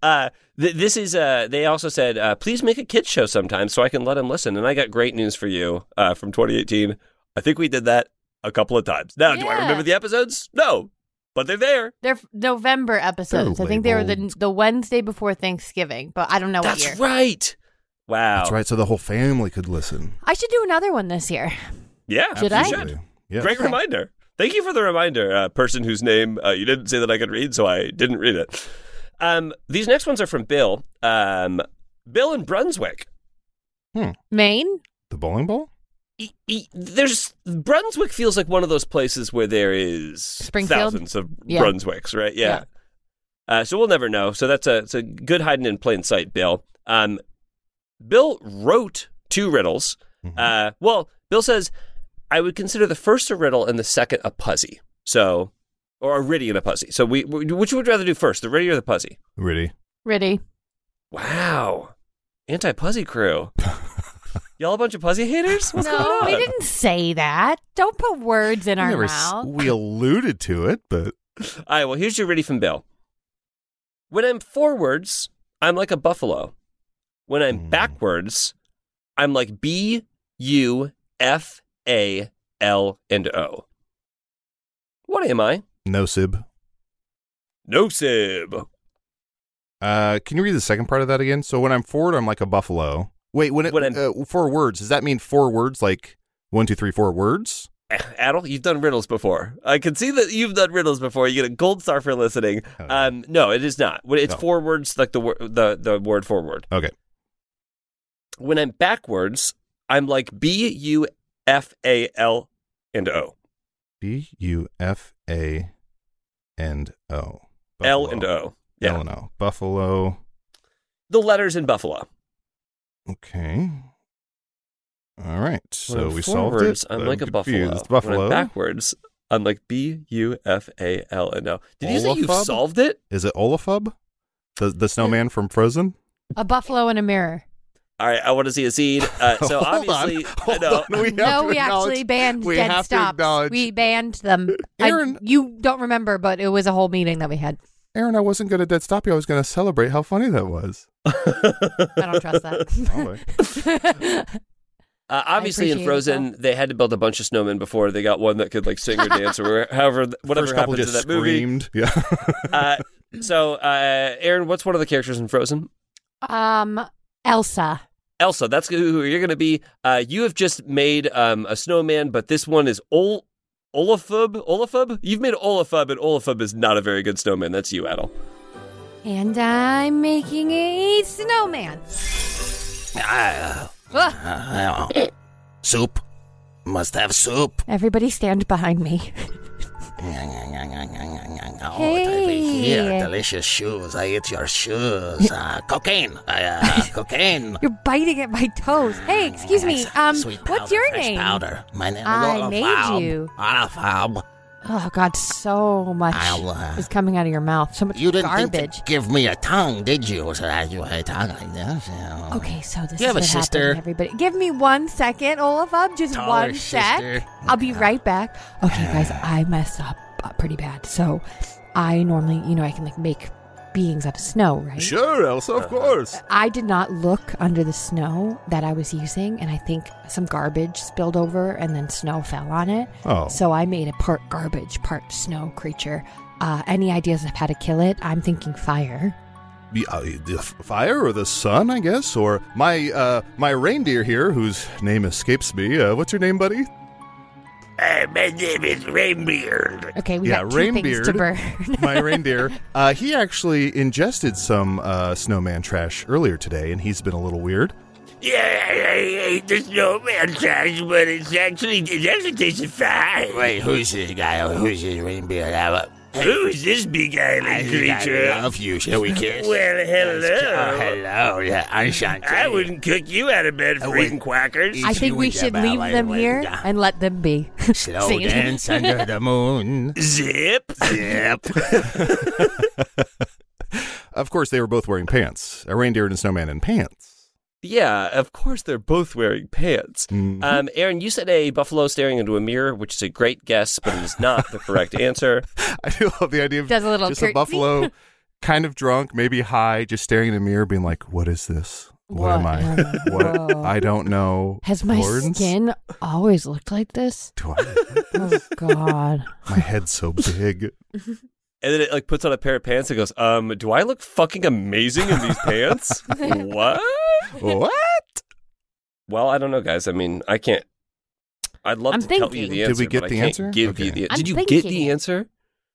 S2: Uh, th- this is uh, they also said uh, please make a kids show sometime so I can let him listen. And I got great news for you uh, from 2018. I think we did that a couple of times. Now, do I
S3: Yeah.
S2: remember the episodes? No, but they're there.
S3: They're f- November episodes. I think they were the,
S4: labeled.
S3: the Wednesday before Thanksgiving, but I don't know what
S2: That's
S3: year.
S2: right. Wow.
S4: That's right, so the whole family could listen.
S3: I should do another one this year.
S2: Yeah.
S3: Should
S2: you
S3: I?
S2: Should.
S4: Absolutely. Yes.
S2: Great reminder. Thank you for the reminder, uh, person whose name uh, you didn't say that I could read, so I didn't read it. Um, these next ones are from Bill. Um, Bill in Brunswick.
S3: Maine?
S4: The bowling ball.
S2: E- e- There's Brunswick feels like one of those places where there is
S3: Springfield?
S2: thousands of
S3: Yeah.
S2: Brunswicks, right? Yeah. Uh, so we'll never know. So that's a it's a good hiding in plain sight, Bill. Um, Bill wrote two riddles. Uh, well, Bill says, I would consider the first a riddle and the second a puzzle. So, or a riddy and a puzzle. So, we, we which would you rather do first, the riddy or the puzzle?
S4: Really?
S3: Riddy.
S2: Wow. Anti puzzle crew. Y'all a bunch of puzzle haters? What's
S3: No,
S2: going
S3: we
S2: on?
S3: didn't say that. Don't put words in
S4: We
S3: our
S4: never s-
S3: mouth.
S4: we alluded to it, but
S2: All right, well, here's your riddy from Bill. When I'm forwards, I'm like a buffalo. When I'm
S4: Hmm.
S2: backwards, I'm like B U F A L and O. What am I?
S4: no sib.
S2: No sib.
S4: Uh, can you read the second part of that again? So when I'm forward, I'm like a buffalo. Wait, when it
S2: When I'm-
S4: uh, four words, does that mean four words? Like one, two, three, four words?
S2: Adel, you've done riddles before. I can see that you've done riddles before. You get a gold star for listening.
S4: Oh.
S2: Um, no, it is not. When- It's
S4: No.
S2: four words, like the wor- the the word forward.
S4: Okay.
S2: When I'm backwards, I'm like B U F A L and O.
S4: B U F A and O.
S2: L
S4: Buffalo.
S2: and O. Yeah,
S4: L and O. Buffalo.
S2: the letters in buffalo.
S4: Okay. All
S2: When
S4: right. So
S2: I'm
S4: we solved
S2: forwards,
S4: it.
S2: I'm like a buffalo.
S4: confused. It's
S2: When I'm
S4: buffalo.
S2: backwards, I'm like B U F A L and O. Did you say you
S4: Olafub?
S2: solved it?
S4: Is it Olafub? The the snowman from Frozen?
S3: A buffalo in a mirror.
S2: All right, I want to see a seed. Uh, so
S4: Hold on.
S2: obviously,
S4: Hold
S2: I know.
S4: on, we have
S3: no,
S4: to
S3: we actually
S4: acknowledge-
S3: banned
S4: we
S3: dead
S4: have to
S3: stops.
S4: acknowledge-
S3: We banned them. I-
S4: Aaron-
S3: you don't remember, but it was a whole meeting that we had.
S4: Aaron, I wasn't going to dead stop you. I was going to celebrate how funny that was.
S3: I don't trust
S4: Probably.
S3: that.
S2: Uh, obviously, in
S3: appreciate it,
S2: Frozen, they had to build a bunch of snowmen before they got one that could like sing or dance or however whatever
S4: First couple
S2: happens in
S4: just
S2: that movie.
S4: screamed. Yeah.
S2: Uh, so, uh, Aaron, what's one of the characters in Frozen?
S3: um, Elsa.
S2: Elsa. That's who you're going to be. Uh, you have just made um, a snowman, but this one is Ol Olafub. Olafub. You've made Olafub, and Olafub is not a very good snowman. That's you, Adel.
S3: And I'm making a snowman. Ah,
S6: Uh, Soup. Must have soup.
S3: everybody stand behind me.
S6: Oh,
S3: Hey.
S6: here, delicious shoes. I eat your shoes. Uh, cocaine. Uh, cocaine.
S3: You're biting at my toes. Hey, excuse me.
S6: Yes,
S3: Um,
S6: uh, sweet
S3: what's
S6: powder,
S3: your
S6: fresh
S3: name?
S6: Powder. My name is
S3: I
S6: Olafab.
S3: made you.
S6: Olafab.
S3: Oh God, so much
S6: I'll, uh,
S3: is coming out of your mouth. So much
S6: You didn't think
S3: garbage.
S6: to give me a tongue, did you? So I, you had a tongue like this. yeah.
S3: okay, so this
S6: You
S3: is
S6: have a
S3: what happened,
S6: sister.
S3: Everybody, give me one second, all of them. Just
S6: Taller
S3: one
S6: sister. Uh.
S3: sec. I'll be right back. Okay, guys, I messed up uh, pretty bad. So I normally, you know, I can like make beings out of snow, right?
S4: Sure, Elsa,
S2: Uh-huh.
S4: of course.
S3: I did not look under the snow that I was using, and I think some garbage spilled over, and then snow fell on it.
S4: Oh.
S3: So I made a part garbage, part snow creature. Uh, any ideas of how to kill it? I'm thinking fire.
S4: Be- uh, the f- fire or the sun, I guess, or my uh, my reindeer here, whose name escapes me. Uh, what's your name, buddy?
S5: Hey, my name is Rainbeard.
S3: Okay, we
S4: yeah,
S3: got two
S4: reindeer.
S3: things to burn.
S4: my reindeer. Uh, he actually ingested some uh, snowman trash earlier today, and he's been a little weird.
S5: Yeah, I, I ate the snowman trash, but it's actually it actually tasted fine.
S6: Wait, who's this guy? Who's this reindeer? I,
S5: Who is this big
S6: I,
S5: island creature?
S6: I love you. Shall we kiss?
S5: Well,
S6: Oh,
S5: hello.
S6: hello. Yeah, I'm Shanti.
S5: I wouldn't cook you out of bed,
S6: I
S5: freaking
S6: wouldn't.
S5: quackers.
S3: I think we should leave them here and let them be.
S6: Slow
S3: Singing.
S6: dance under the moon.
S5: Zip.
S6: Yep.
S4: Of course, they were both wearing pants. A reindeer and a snowman in pants.
S2: Yeah, of course they're both wearing pants.
S4: Mhm.
S2: Um, Aaron, you said a buffalo staring into a mirror, which is a great guess, but it is not the correct answer.
S4: I do love the idea of
S3: Does a little
S4: just a
S3: curtsy.
S4: buffalo, kind of drunk, maybe high, just staring in a mirror, being like, "What is this? What, am
S3: What
S4: I?
S3: am I?
S4: what?
S3: Whoa.
S4: I don't know."
S3: Has my
S4: Horns?
S3: skin always looked like this?
S4: Do I?
S3: Oh God.
S4: My head's so big.
S2: And then it like puts on a pair of pants and goes, "Um, do I look fucking amazing in these pants? What?
S4: what?
S2: Well, I don't know, guys. I mean, I can't. I'd love
S3: I'm
S2: to tell you
S3: thinking.
S2: the
S4: Did
S2: answer.
S4: we get
S2: but I
S4: the
S2: can't
S4: answer?
S2: Give you
S4: Okay.
S2: the.
S3: I'm
S2: Did you get
S3: thinking.
S2: the answer?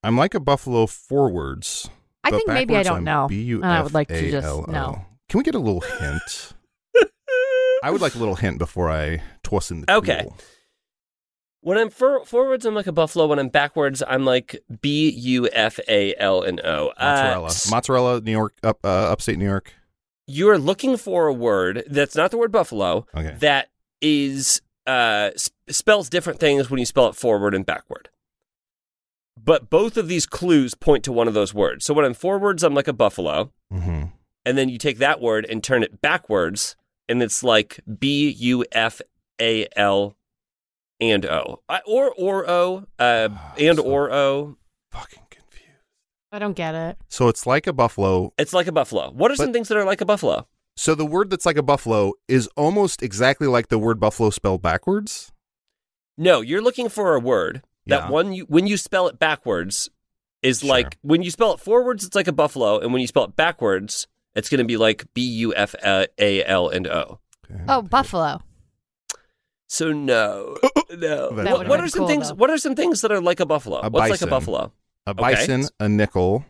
S4: I'm like a buffalo forwards.
S3: I
S4: but
S3: think maybe I
S4: backwards,
S3: don't
S4: I'm
S3: know. And I would like to just
S4: B-U-F-A-L-O.
S3: know.
S4: Can we get a little hint? I would like a little hint before I toss in the
S2: Okay.
S4: pool.
S2: When I'm for- forwards, I'm like a buffalo. When I'm backwards, I'm like B U F A L N O. Uh,
S4: Mozzarella, mozzarella, New York, up uh, upstate New York.
S2: you're looking for a word that's not the word buffalo
S4: Okay.
S2: that is uh sp- spells different things when you spell it forward and backward but both of these clues point to one of those words so when i'm forwards i'm like a buffalo
S4: Mm-hmm.
S2: and then you take that word and turn it backwards and it's like b u f a l and o I, or or o uh, and
S4: Ah, so-
S2: or o
S4: Fucking confused.
S3: I don't get it.
S4: So it's like a buffalo.
S2: it's like a buffalo what are some
S4: But-
S2: things that are like a buffalo
S4: So the word that's like a buffalo is almost exactly like the word buffalo spelled backwards.
S2: No, you're looking for a word that
S4: Yeah.
S2: one you, when you spell it backwards is
S4: Sure.
S2: like when you spell it forwards, it's like a buffalo, and when you spell it backwards, it's going to be like B U F A L and O.
S4: Okay.
S3: Oh, buffalo.
S2: So no, no.
S4: That
S2: What, what
S4: would've been
S2: are some
S3: cool,
S2: things?
S3: though.
S2: What are some things that are like a buffalo?
S4: A
S2: What's like
S4: bison.
S2: a buffalo?
S4: a bison, a nickel,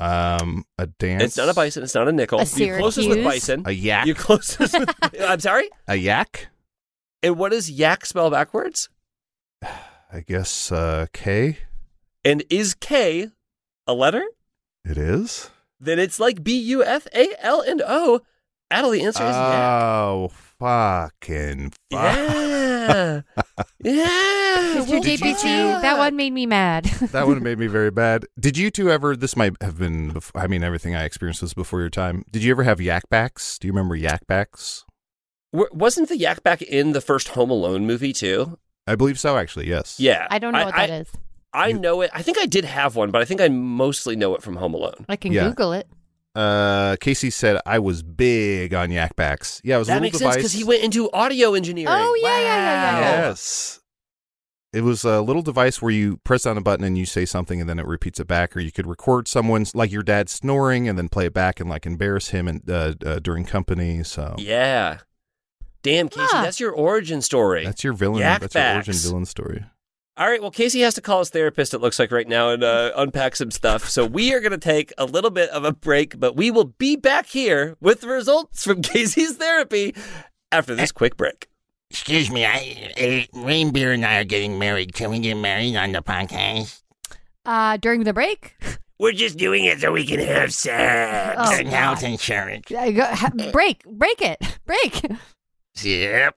S4: um, a dance.
S2: It's not a bison. It's not a nickel.
S3: A
S2: You're closest with
S3: Syracuse.
S2: bison.
S4: A yak.
S2: You're closest. With, I'm sorry.
S4: A yak.
S2: And what does yak spell backwards?
S4: I guess uh, K.
S2: And is K a letter?
S4: It is.
S2: Then it's like B U F A L and O. Adelie, the answer is yak.
S4: Oh, fucking fuck.
S2: Yeah. yeah.
S3: Mr. GPT, that one made me mad.
S4: That would have made me very bad. Did you two ever? This might have been. Bef- I mean, everything I experienced was before your time. Did you ever have yak backs? Do you remember yak backs?
S2: W- wasn't the yak back in the first Home Alone movie too?
S4: I believe so. Actually, yes.
S2: Yeah.
S3: I don't know what
S2: I,
S3: that is.
S2: I know it. I think I did have one, but I think I mostly know it from Home Alone.
S3: I can
S4: Yeah.
S3: Google it.
S4: Uh, Casey said I was big on yak backs. Yeah, it was a
S2: That
S4: little
S2: makes
S4: device.
S2: sense because he went into audio engineering.
S3: Oh, yeah, yeah, yeah, yeah, yeah.
S4: Yes. It was a little device where you press on a button and you say something and then it repeats it back, or you could record someone's like your dad snoring and then play it back and like embarrass him and uh, uh, during company. So
S2: Yeah. Damn, Casey,
S3: Huh.
S2: that's your origin story.
S4: that's your villain.
S2: Yak
S4: that's
S2: backs.
S4: your origin villain story.
S2: All right. Well, Casey has to call his therapist, it looks like, right now and uh, unpack some stuff. So we are going to take a little bit of a break, but we will be back here with the results from Casey's therapy after this quick break.
S6: Excuse me, I, I, Reindeer and I are getting married. Can we get married on the podcast?
S3: Uh, during the break,
S5: We're just doing it so we can have sex.
S3: Oh,
S6: and health insurance.
S3: I go- ha- break, break it, break.
S6: Yep.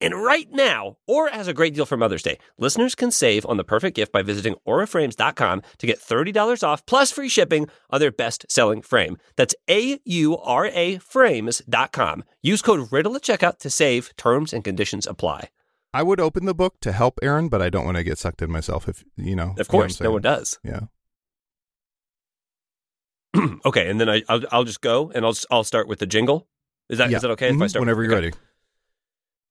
S2: And right now, Aura has a great deal for Mother's Day. Listeners can save on the perfect gift by visiting auraframes.com to get $30 off plus free shipping on their best-selling frame. That's A U R A frames.com. Use code RIDDLE at checkout to save. Terms and conditions apply.
S4: I would open the book to help Aaron, but I don't want to get sucked in myself. If you know,
S2: Of course, no one does.
S4: Yeah.
S2: okay, and then I I'll, I'll just go and I'll I'll start with the jingle. Is that is
S4: Yeah.
S2: that okay if I
S4: Mhm.
S2: start
S4: Whenever
S2: with-
S4: you're
S2: okay.
S4: ready.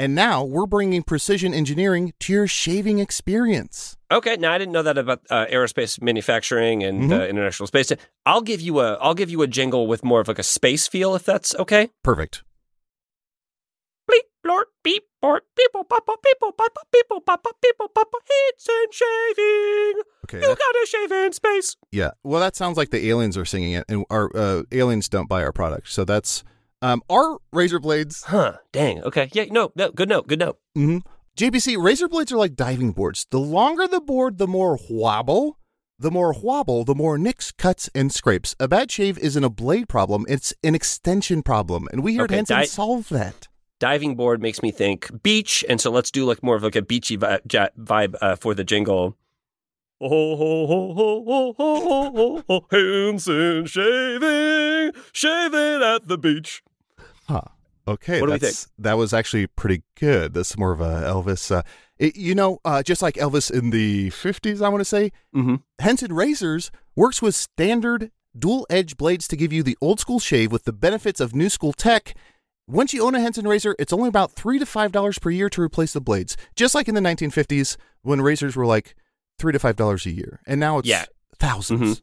S4: And now we're bringing precision engineering to your shaving experience.
S2: Okay, now I didn't know that about uh, aerospace manufacturing and
S4: Mm-hmm.
S2: uh, international space. I'll give you a I'll give you a jingle with more of like a space feel if that's okay.
S4: Perfect.
S2: Bleep, blort, beep, bort, people, papa, people, papa, people, papa, people, papa, heats and shaving.
S4: Okay.
S2: You
S4: that-
S2: gotta shave in space.
S4: Yeah. Well, that sounds like the aliens are singing it, and our uh, aliens don't buy our product. So that's um, our razor blades.
S2: Huh. Dang. Okay. Yeah. No. No. Good note. Good note.
S4: Mm-hmm. JPC, razor blades are like diving boards. The longer the board, the more wobble. The more wobble, the more nicks, cuts, and scrapes. A bad shave isn't a blade problem, it's an extension problem. And we here
S2: Okay,
S4: at Henson
S2: di-
S4: solve that.
S2: Diving board makes me think beach, and so let's do like more of like a beachy vi- ja- vibe uh, for the jingle.
S5: Oh, ho, ho, ho, ho, ho, ho, ho, Henson shaving! Shaving at the beach!
S4: Huh. Okay.
S2: What do we
S4: that's- That was actually pretty good. That's more of a Elvis. Uh, it- you know, uh, just like Elvis in the 50s, I want to say,
S2: Mm-hmm.
S4: Henson Razors works with standard dual edge blades to give you the old school shave with the benefits of new school tech. Once you own a Henson razor, it's only about three to five dollars per year to replace the blades. Just like in the 1950s when razors were like three to five dollars a year, and now it's
S2: Yeah. Mm-hmm.
S4: 1000s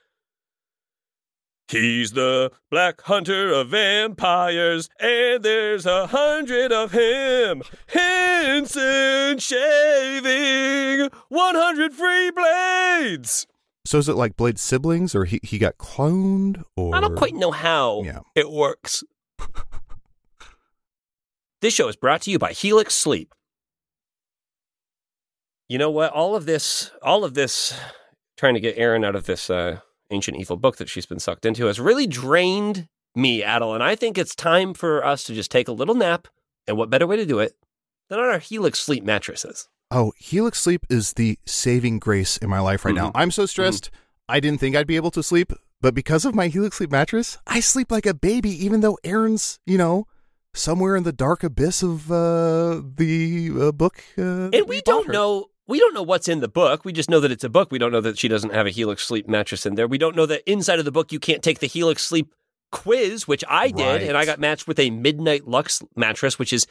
S5: He's the black hunter of vampires, and there's a hundred of him. Henson shaving 100 free blades.
S4: So is it like Blade's siblings, or he, he got cloned, or
S2: I don't quite know how
S4: Yeah.
S2: it works. this show is brought to you by Helix Sleep. You know what? All of this, all of this, trying to get Erin out of this uh, ancient evil book that she's been sucked into has really drained me, Adel. And I think it's time for us to just take a little nap. And what better way to do it than on our Helix Sleep mattresses?
S4: Oh, Helix Sleep is the saving grace in my life right now.
S2: Mhm.
S4: I'm so stressed. I didn't think I'd be able to sleep, but because of my Helix Sleep mattress, I sleep like a baby, even though Aaron's, you know, somewhere in the dark abyss of uh, the uh, book. Uh, that
S2: and we
S4: bought
S2: don't
S4: her.
S2: know we don't know what's in the book we just know that it's a book we don't know that she doesn't have a helix sleep mattress in there we don't know that inside of the book you can't take the helix sleep quiz which i did
S4: Right.
S2: and i got matched with a midnight lux mattress which is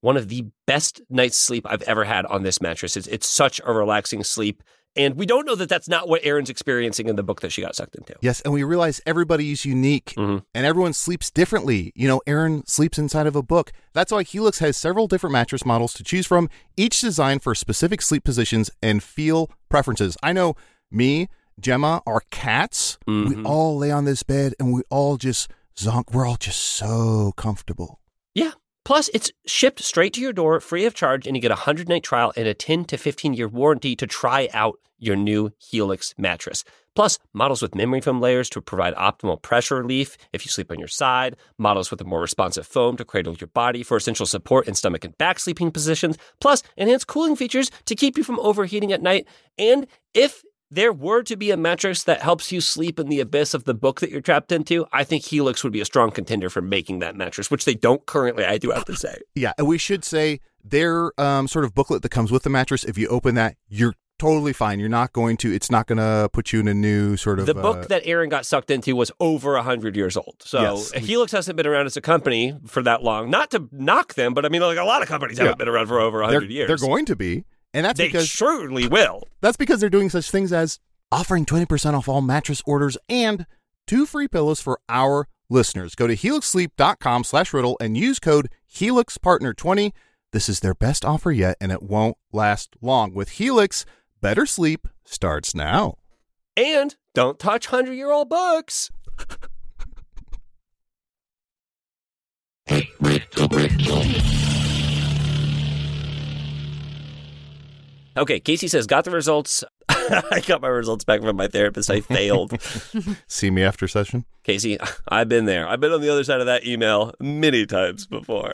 S2: one of the best night's sleep i've ever had on this mattress it's, it's such a relaxing sleep and we don't know that that's not what Erin's experiencing in the book that she got sucked into.
S4: Yes, and we realize everybody's unique
S2: Mhm.
S4: and everyone sleeps differently. You know, Aaron sleeps inside of a book. That's why Helix has several different mattress models to choose from, each designed for specific sleep positions and feel preferences. I know me, Gemma, our cats,
S2: Mm-hmm.
S4: we all lay on this bed and we all just zonk. We're all just so comfortable.
S2: Yeah. Plus, it's shipped straight to your door free of charge, and you get a 100 night trial and a 10 to 15 year warranty to try out your new Helix mattress. Plus, models with memory foam layers to provide optimal pressure relief if you sleep on your side, models with a more responsive foam to cradle your body for essential support in stomach and back sleeping positions, plus, enhanced cooling features to keep you from overheating at night. And if there were to be a mattress that helps you sleep in the abyss of the book that you're trapped into, I think Helix would be a strong contender for making that mattress, which they don't currently, I do have to say.
S4: Yeah, and we should say their um, sort of booklet that comes with the mattress. If you open that, you're totally fine. You're not going to. It's not going to put you in a new sort of
S2: The
S4: uh,
S2: book that Aaron got sucked into was over 100 years old. So
S4: Yes.
S2: Helix hasn't been around as a company for that long. Not to knock them, but I mean, like a lot of companies
S4: Yeah.
S2: haven't been around for over 100
S4: they're,
S2: years.
S4: They're going to be, and that's
S2: They
S4: because
S2: surely will.
S4: that's because they're doing such things as offering twenty percent off all mattress orders and two free pillows for our listeners. Go to helixsleep.com slash riddle and use code helixpartner20. This is their best offer yet, and it won't last long. With Helix, better sleep starts now.
S2: And don't touch 100 year old books. Okay, Casey says, got the results. I got my results back from my therapist. I failed.
S4: See me after session.
S2: Casey, I've been there. I've been on the other side of that email many times before.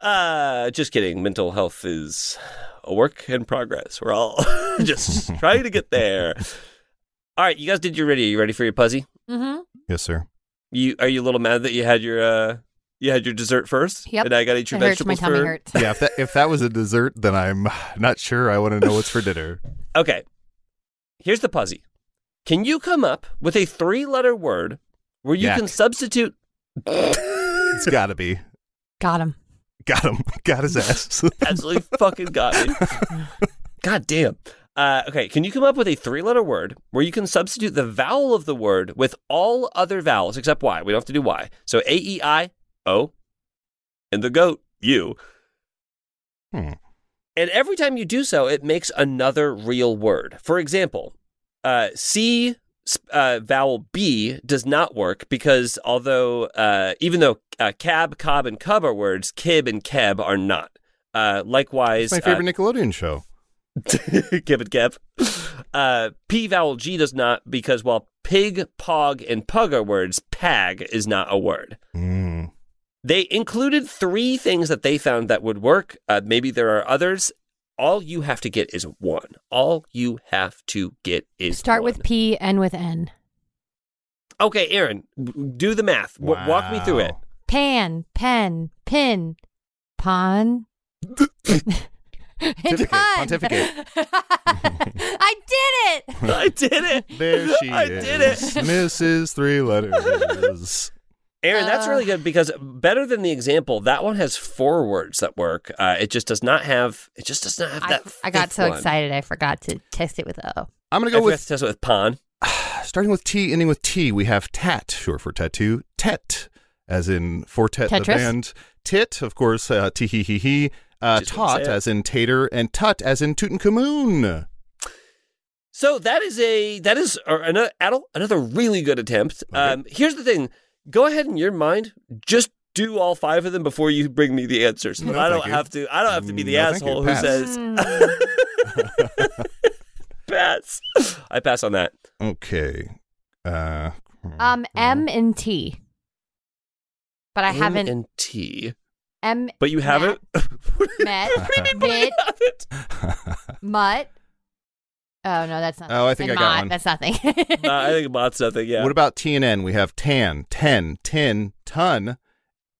S2: uh, just kidding. Mental health is a work in progress. We're all just trying to get there. All right, you guys did your radio. You ready for your puzzy?
S3: Mm-hmm.
S4: Yes, sir.
S2: You are you a little mad that you had your uh you had your dessert first?
S3: Yep.
S2: And I got to eat your
S3: It hurts. My
S2: vegetables
S3: tummy
S2: for-
S3: hurts.
S4: Yeah, if that, if that was a dessert, then I'm not sure I want to know what's for dinner.
S2: Okay. Here's the puzzy. Can you come up with a three-letter word where you
S4: Yak.
S2: can substitute
S4: It's got to be.
S3: Got him.
S4: Got him. Got his ass.
S2: absolutely fucking got me. God damn. Uh, okay, can you come up with a three letter word where you can substitute the vowel of the word with all other vowels except Y? We don't have to do Y. So A E I O and the goat, you.
S4: Hmm.
S2: And every time you do so, it makes another real word. For example, uh, C sp- uh, vowel B does not work because although uh, even though uh, cab, cob, and cub are words, kib and keb are not. Uh, likewise,
S4: It's my favorite Nickelodeon show.
S2: uh, kib and keb. Uh, P vowel G does not because while pig, pog, and pug are words, pag is not a word.
S4: Mm.
S2: They included three things that they found that would work. Uh, maybe there are others. All you have to get is one. All you have to get is
S3: Start
S2: one.
S3: with P, end with N.
S2: Okay, Aaron, w- do the math. W- Walk me through it.
S4: Wow.
S3: Pan, pen, pin, pawn. And
S4: Pontificate,
S3: done.
S4: pontificate.
S3: I did it.
S2: I did it.
S4: There she
S2: I
S4: is.
S2: did it.
S4: Mrs. Three Letters.
S2: Aaron,
S3: Uh.
S2: that's really good because better than the example, that one has four words that work. Uh, it just does not have. It just does not have
S3: I,
S2: that.
S3: I got
S2: fifth
S3: so
S2: one.
S3: excited I forgot to test it with a O.
S4: I'm going
S2: I
S4: to
S2: forgot
S4: go
S2: to
S4: with
S2: test it with pawn.
S4: starting with T, ending with T. We have tat, short for tattoo. Tet, as in Fortet the
S3: Tetris?
S4: band. Tit, of course, uh, tee hee hee hee. Uh,
S2: Just gonna
S4: tot,
S2: say it.
S4: as in tater, and tut, as in Tutankhamun.
S2: So that is a that is or another Adel, another really good attempt. Um, here's the thing: go ahead in your mind, just do all five of them before you bring me the answers.
S4: No,
S2: I
S4: thank
S2: don't
S4: you.
S2: have to. I don't have to be the
S4: No, thank
S2: asshole
S4: you.
S2: who
S4: Pass.
S3: Mm.
S2: says
S3: Hmm.
S2: pass. I pass on that.
S4: Okay. Uh,
S3: Um, M and T. But I haven't
S2: and T,
S3: M.
S2: but you haven't.
S3: Met, bit, mutt. Oh no, that's not.
S4: Oh, I think
S3: and
S4: I got
S3: mott,
S4: one.
S3: That's nothing.
S2: Uh, I think bot's nothing. Yeah.
S4: What about T and N? We have tan, ten, tin, ton,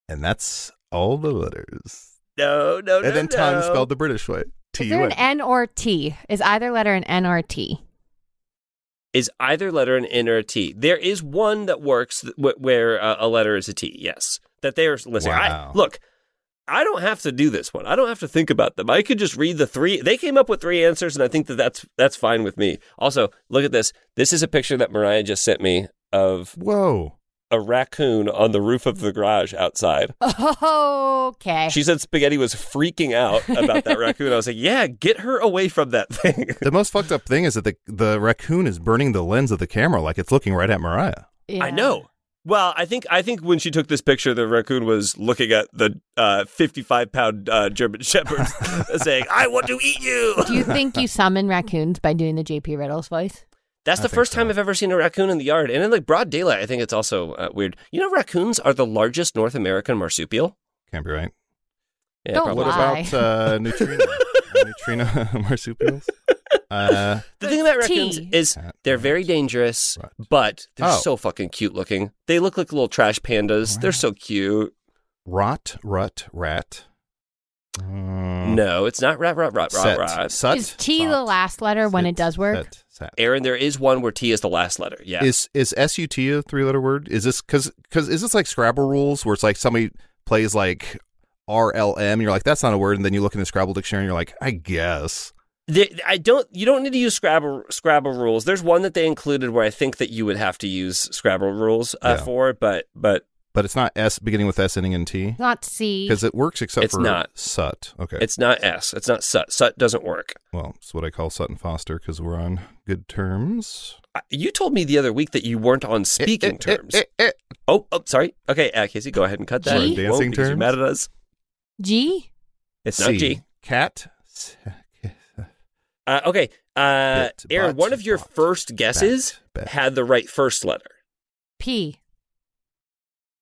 S4: and that's all the letters.
S2: no, no, no.
S4: and then
S2: no.
S4: ton spelled the British way. T
S3: Is
S4: U
S3: there an
S4: N.
S3: N or T? Is either letter an N or a T?
S2: is either letter an N or a T. There is one that works th- wh- where uh, a letter is a T. Yes, that they are listening.
S4: Wow.
S2: I, look, I don't have to do this one. I don't have to think about them. I could just read the three. They came up with three answers, and I think that that's that's fine with me. Also, look at this. This is a picture that Mariah just sent me of
S4: Whoa.
S2: a raccoon on the roof of the garage outside.
S3: Okay.
S2: She said Spaghetti was freaking out about that raccoon. I was like, "Yeah, get her away from that thing."
S4: The most fucked up thing is that the the raccoon is burning the lens of the camera like it's looking right at Mariah.
S2: I know. Well, I think I think when she took this picture, the raccoon was looking at the uh, fifty-five pound uh, German shepherd, saying, "I want to eat you."
S3: Do you think you summon raccoons by doing the JP Riddles voice?
S2: That's
S4: I
S2: the
S4: think
S2: first time
S4: so.
S2: I've ever seen a raccoon in the yard, and in like broad daylight. I think it's also uh, weird. You know, raccoons are the largest North American marsupial.
S4: Can't be right.
S2: Yeah,
S3: Don't
S2: probably.
S4: What
S3: Oh, Why?
S4: about uh, neutrino? neutrino marsupials? Uh,
S2: The thing about
S3: It's tea.
S2: raccoons is
S4: Cat,
S2: they're very
S4: rats,
S2: dangerous,
S4: rats.
S2: but they're
S4: Oh.
S2: so fucking cute looking. They look like little trash pandas. They're so cute.
S4: rot, rut, rat. Mm,
S2: No, it's not rat, rat, rat, rat,
S4: set,
S2: rat.
S4: sut,
S3: Is T the
S4: sot,
S3: last letter when
S4: sit,
S3: it does work?
S4: set, sat.
S2: Aaron, there is one where T is the last letter. Yeah.
S4: Is is SUT a three letter word? Is this because because is this like Scrabble rules where it's like somebody plays like RLM, you're like that's not a word, and then you look in the Scrabble dictionary, and you're like I guess.
S2: The, I don't. You don't need to use Scrabble Scrabble rules. There's one that they included where I think that you would have to use Scrabble rules uh,
S4: Yeah.
S2: for, but but
S4: But it's not S beginning with S ending in T
S3: Not C.
S4: because it works except
S2: It's
S4: for
S2: not.
S4: Sut. Okay,
S2: it's not S. It's not Sut. Sut doesn't work.
S4: well, it's what I call Sutton Foster because we're on good terms.
S2: I- You told me the other week that you weren't on speaking
S4: Eh, eh,
S2: terms.
S4: eh, eh, eh.
S2: Oh, oh, sorry. Okay, uh, Casey, go ahead and cut that.
S3: Sorry,
S2: You
S4: dancing
S2: won't because You're
S4: terms?
S2: mad at us?
S3: G.
S2: It's not
S4: C.
S2: G.
S4: Cat. S-
S2: Uh, okay, uh,
S4: Bit,
S2: Aaron.
S4: but,
S2: one of your
S4: but,
S2: first guesses
S4: bat, bat.
S2: had the right first letter.
S3: P.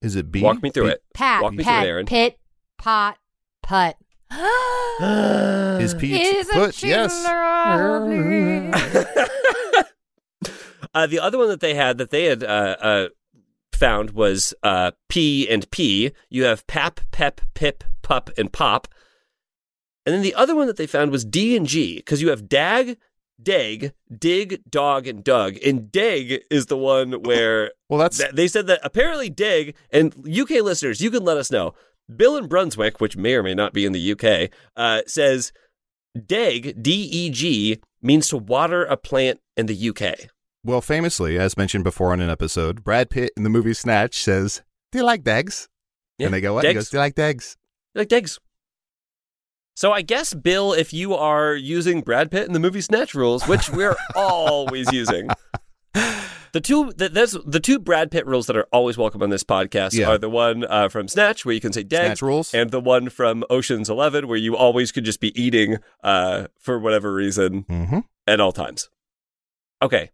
S4: Is it B?
S2: Walk me through
S4: B-
S2: it.
S3: Pat.
S2: Walk me through it,
S3: pet,
S2: Aaron.
S3: Pit. Pot. Put.
S4: Is P?
S3: It is a
S4: put, yes.
S3: children.
S2: Uh, the other one that they had that they had uh, uh, found was uh, P and P. You have Pap, Pep, Pip, Pup, and Pop. And then the other one that they found was D and G because you have Dag, Dag, Dig, Dog, and Doug. And Dag is the one where
S4: Well, that's
S2: th- they said that apparently Dig and UK listeners, you can let us know. Bill in Brunswick, which may or may not be in the UK, uh, says Deg, D E G, means to water a plant in the UK.
S4: Well, famously, as mentioned before on an episode, Brad Pitt in the movie Snatch says, "Do you like dags?"
S2: Yeah,
S4: And they go, "What?" He
S2: Degs.
S4: goes, "Do you like dags?"
S2: like Degs. So I guess Bill, if you are using Brad Pitt in the movie Snatch rules, which we're always using, the two the, that's, the two Brad Pitt rules that are always welcome on this podcast
S4: Yeah.
S2: are the one uh, from Snatch where you can say Degs
S4: Snatch rules.
S2: and the one from Ocean's Eleven where you always could just be eating uh, for whatever reason
S4: hmm
S2: at all times. Okay.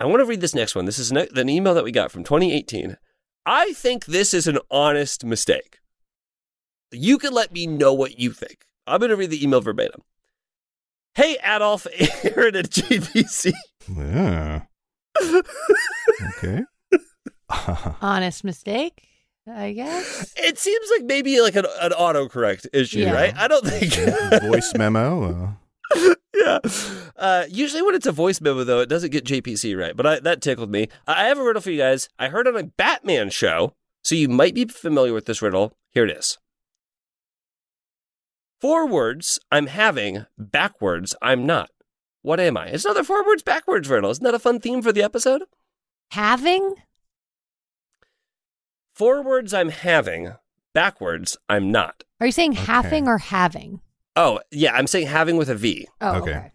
S2: I want to read this next one. This is an, an email that we got from 2018. I think this is an honest mistake. You can let me know what you think. I'm going to read the email verbatim. Hey, Adolf, Aaron at JVC.
S4: Yeah. okay.
S3: Honest mistake, I guess.
S2: It seems like maybe like an, an autocorrect issue,
S3: Yeah.
S2: right? I don't think.
S4: Voice memo. uh,
S2: yeah. Uh, usually when it's a voice memo, though, it doesn't get JPC right, but I, that tickled me. I I have a riddle for you guys. I heard on a Batman show, so you might be familiar with this riddle. Here it is. Forwards, I'm having. Backwards, I'm not. What am I? It's another forwards, backwards riddle. Isn't that a fun theme for the episode?
S3: Having?
S2: Forwards, I'm having. Backwards, I'm not.
S3: Are you saying
S4: Okay.
S3: having or having?
S2: Oh, yeah, I'm saying having with a V.
S3: Oh,
S4: Okay.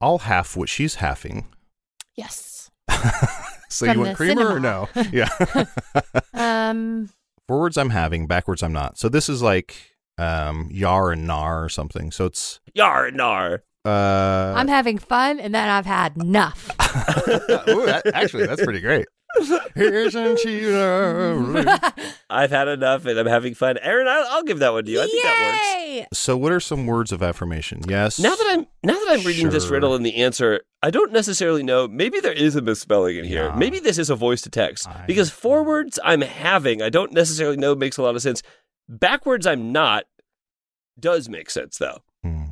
S4: I'll half what she's halving.
S3: Yes.
S4: So
S3: From
S4: you want
S3: the
S4: creamer or
S3: cinema.
S4: no? Yeah.
S3: Um,
S4: Forwards I'm having, backwards I'm not. So this is like um yar and nar or something. So it's
S2: Yarnar.
S4: uh
S3: I'm having fun and then I've had enough.
S4: Ooh, that- actually that's pretty great. Isn't she lovely?
S2: I've had enough and I'm having fun. Aaron, I'll, I'll give that one to you. I think that works.
S3: Yay!
S4: So what are some words of affirmation? Yes.
S2: Now that I'm now that I'm reading this
S4: Sure.
S2: riddle and the answer, I don't necessarily know. Maybe there is a misspelling in here.
S4: Yeah.
S2: Maybe this is a voice to text
S4: I-
S2: because forwards I'm having, I don't necessarily know makes a lot of sense. Backwards I'm not does make sense though.
S4: Hmm.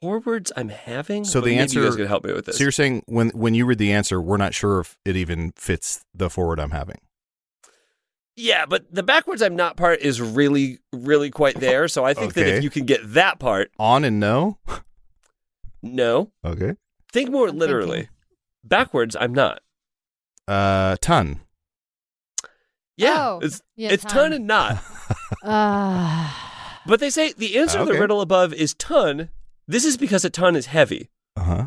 S2: Forwards I'm having.
S4: So
S2: Well,
S4: the
S2: maybe
S4: answer
S2: you guys can help me with this.
S4: So you're saying when when you read the answer, we're not sure if it even fits the forward I'm having.
S2: Yeah, but the backwards I'm not part is really really quite there. So I think that
S4: Okay.
S2: if you can get that part,
S4: On and no?
S2: no.
S4: Okay.
S2: Think more
S3: I'm
S2: literally.
S3: thinking.
S2: Backwards I'm not.
S4: Uh ton.
S2: Yeah,
S3: Oh,
S2: it's
S3: yeah,
S2: it's ton.
S3: ton.
S2: and not.
S3: Uh,
S2: But they say the answer to the
S4: Okay.
S2: riddle above is ton. This is because a ton is heavy.
S4: Uh-huh.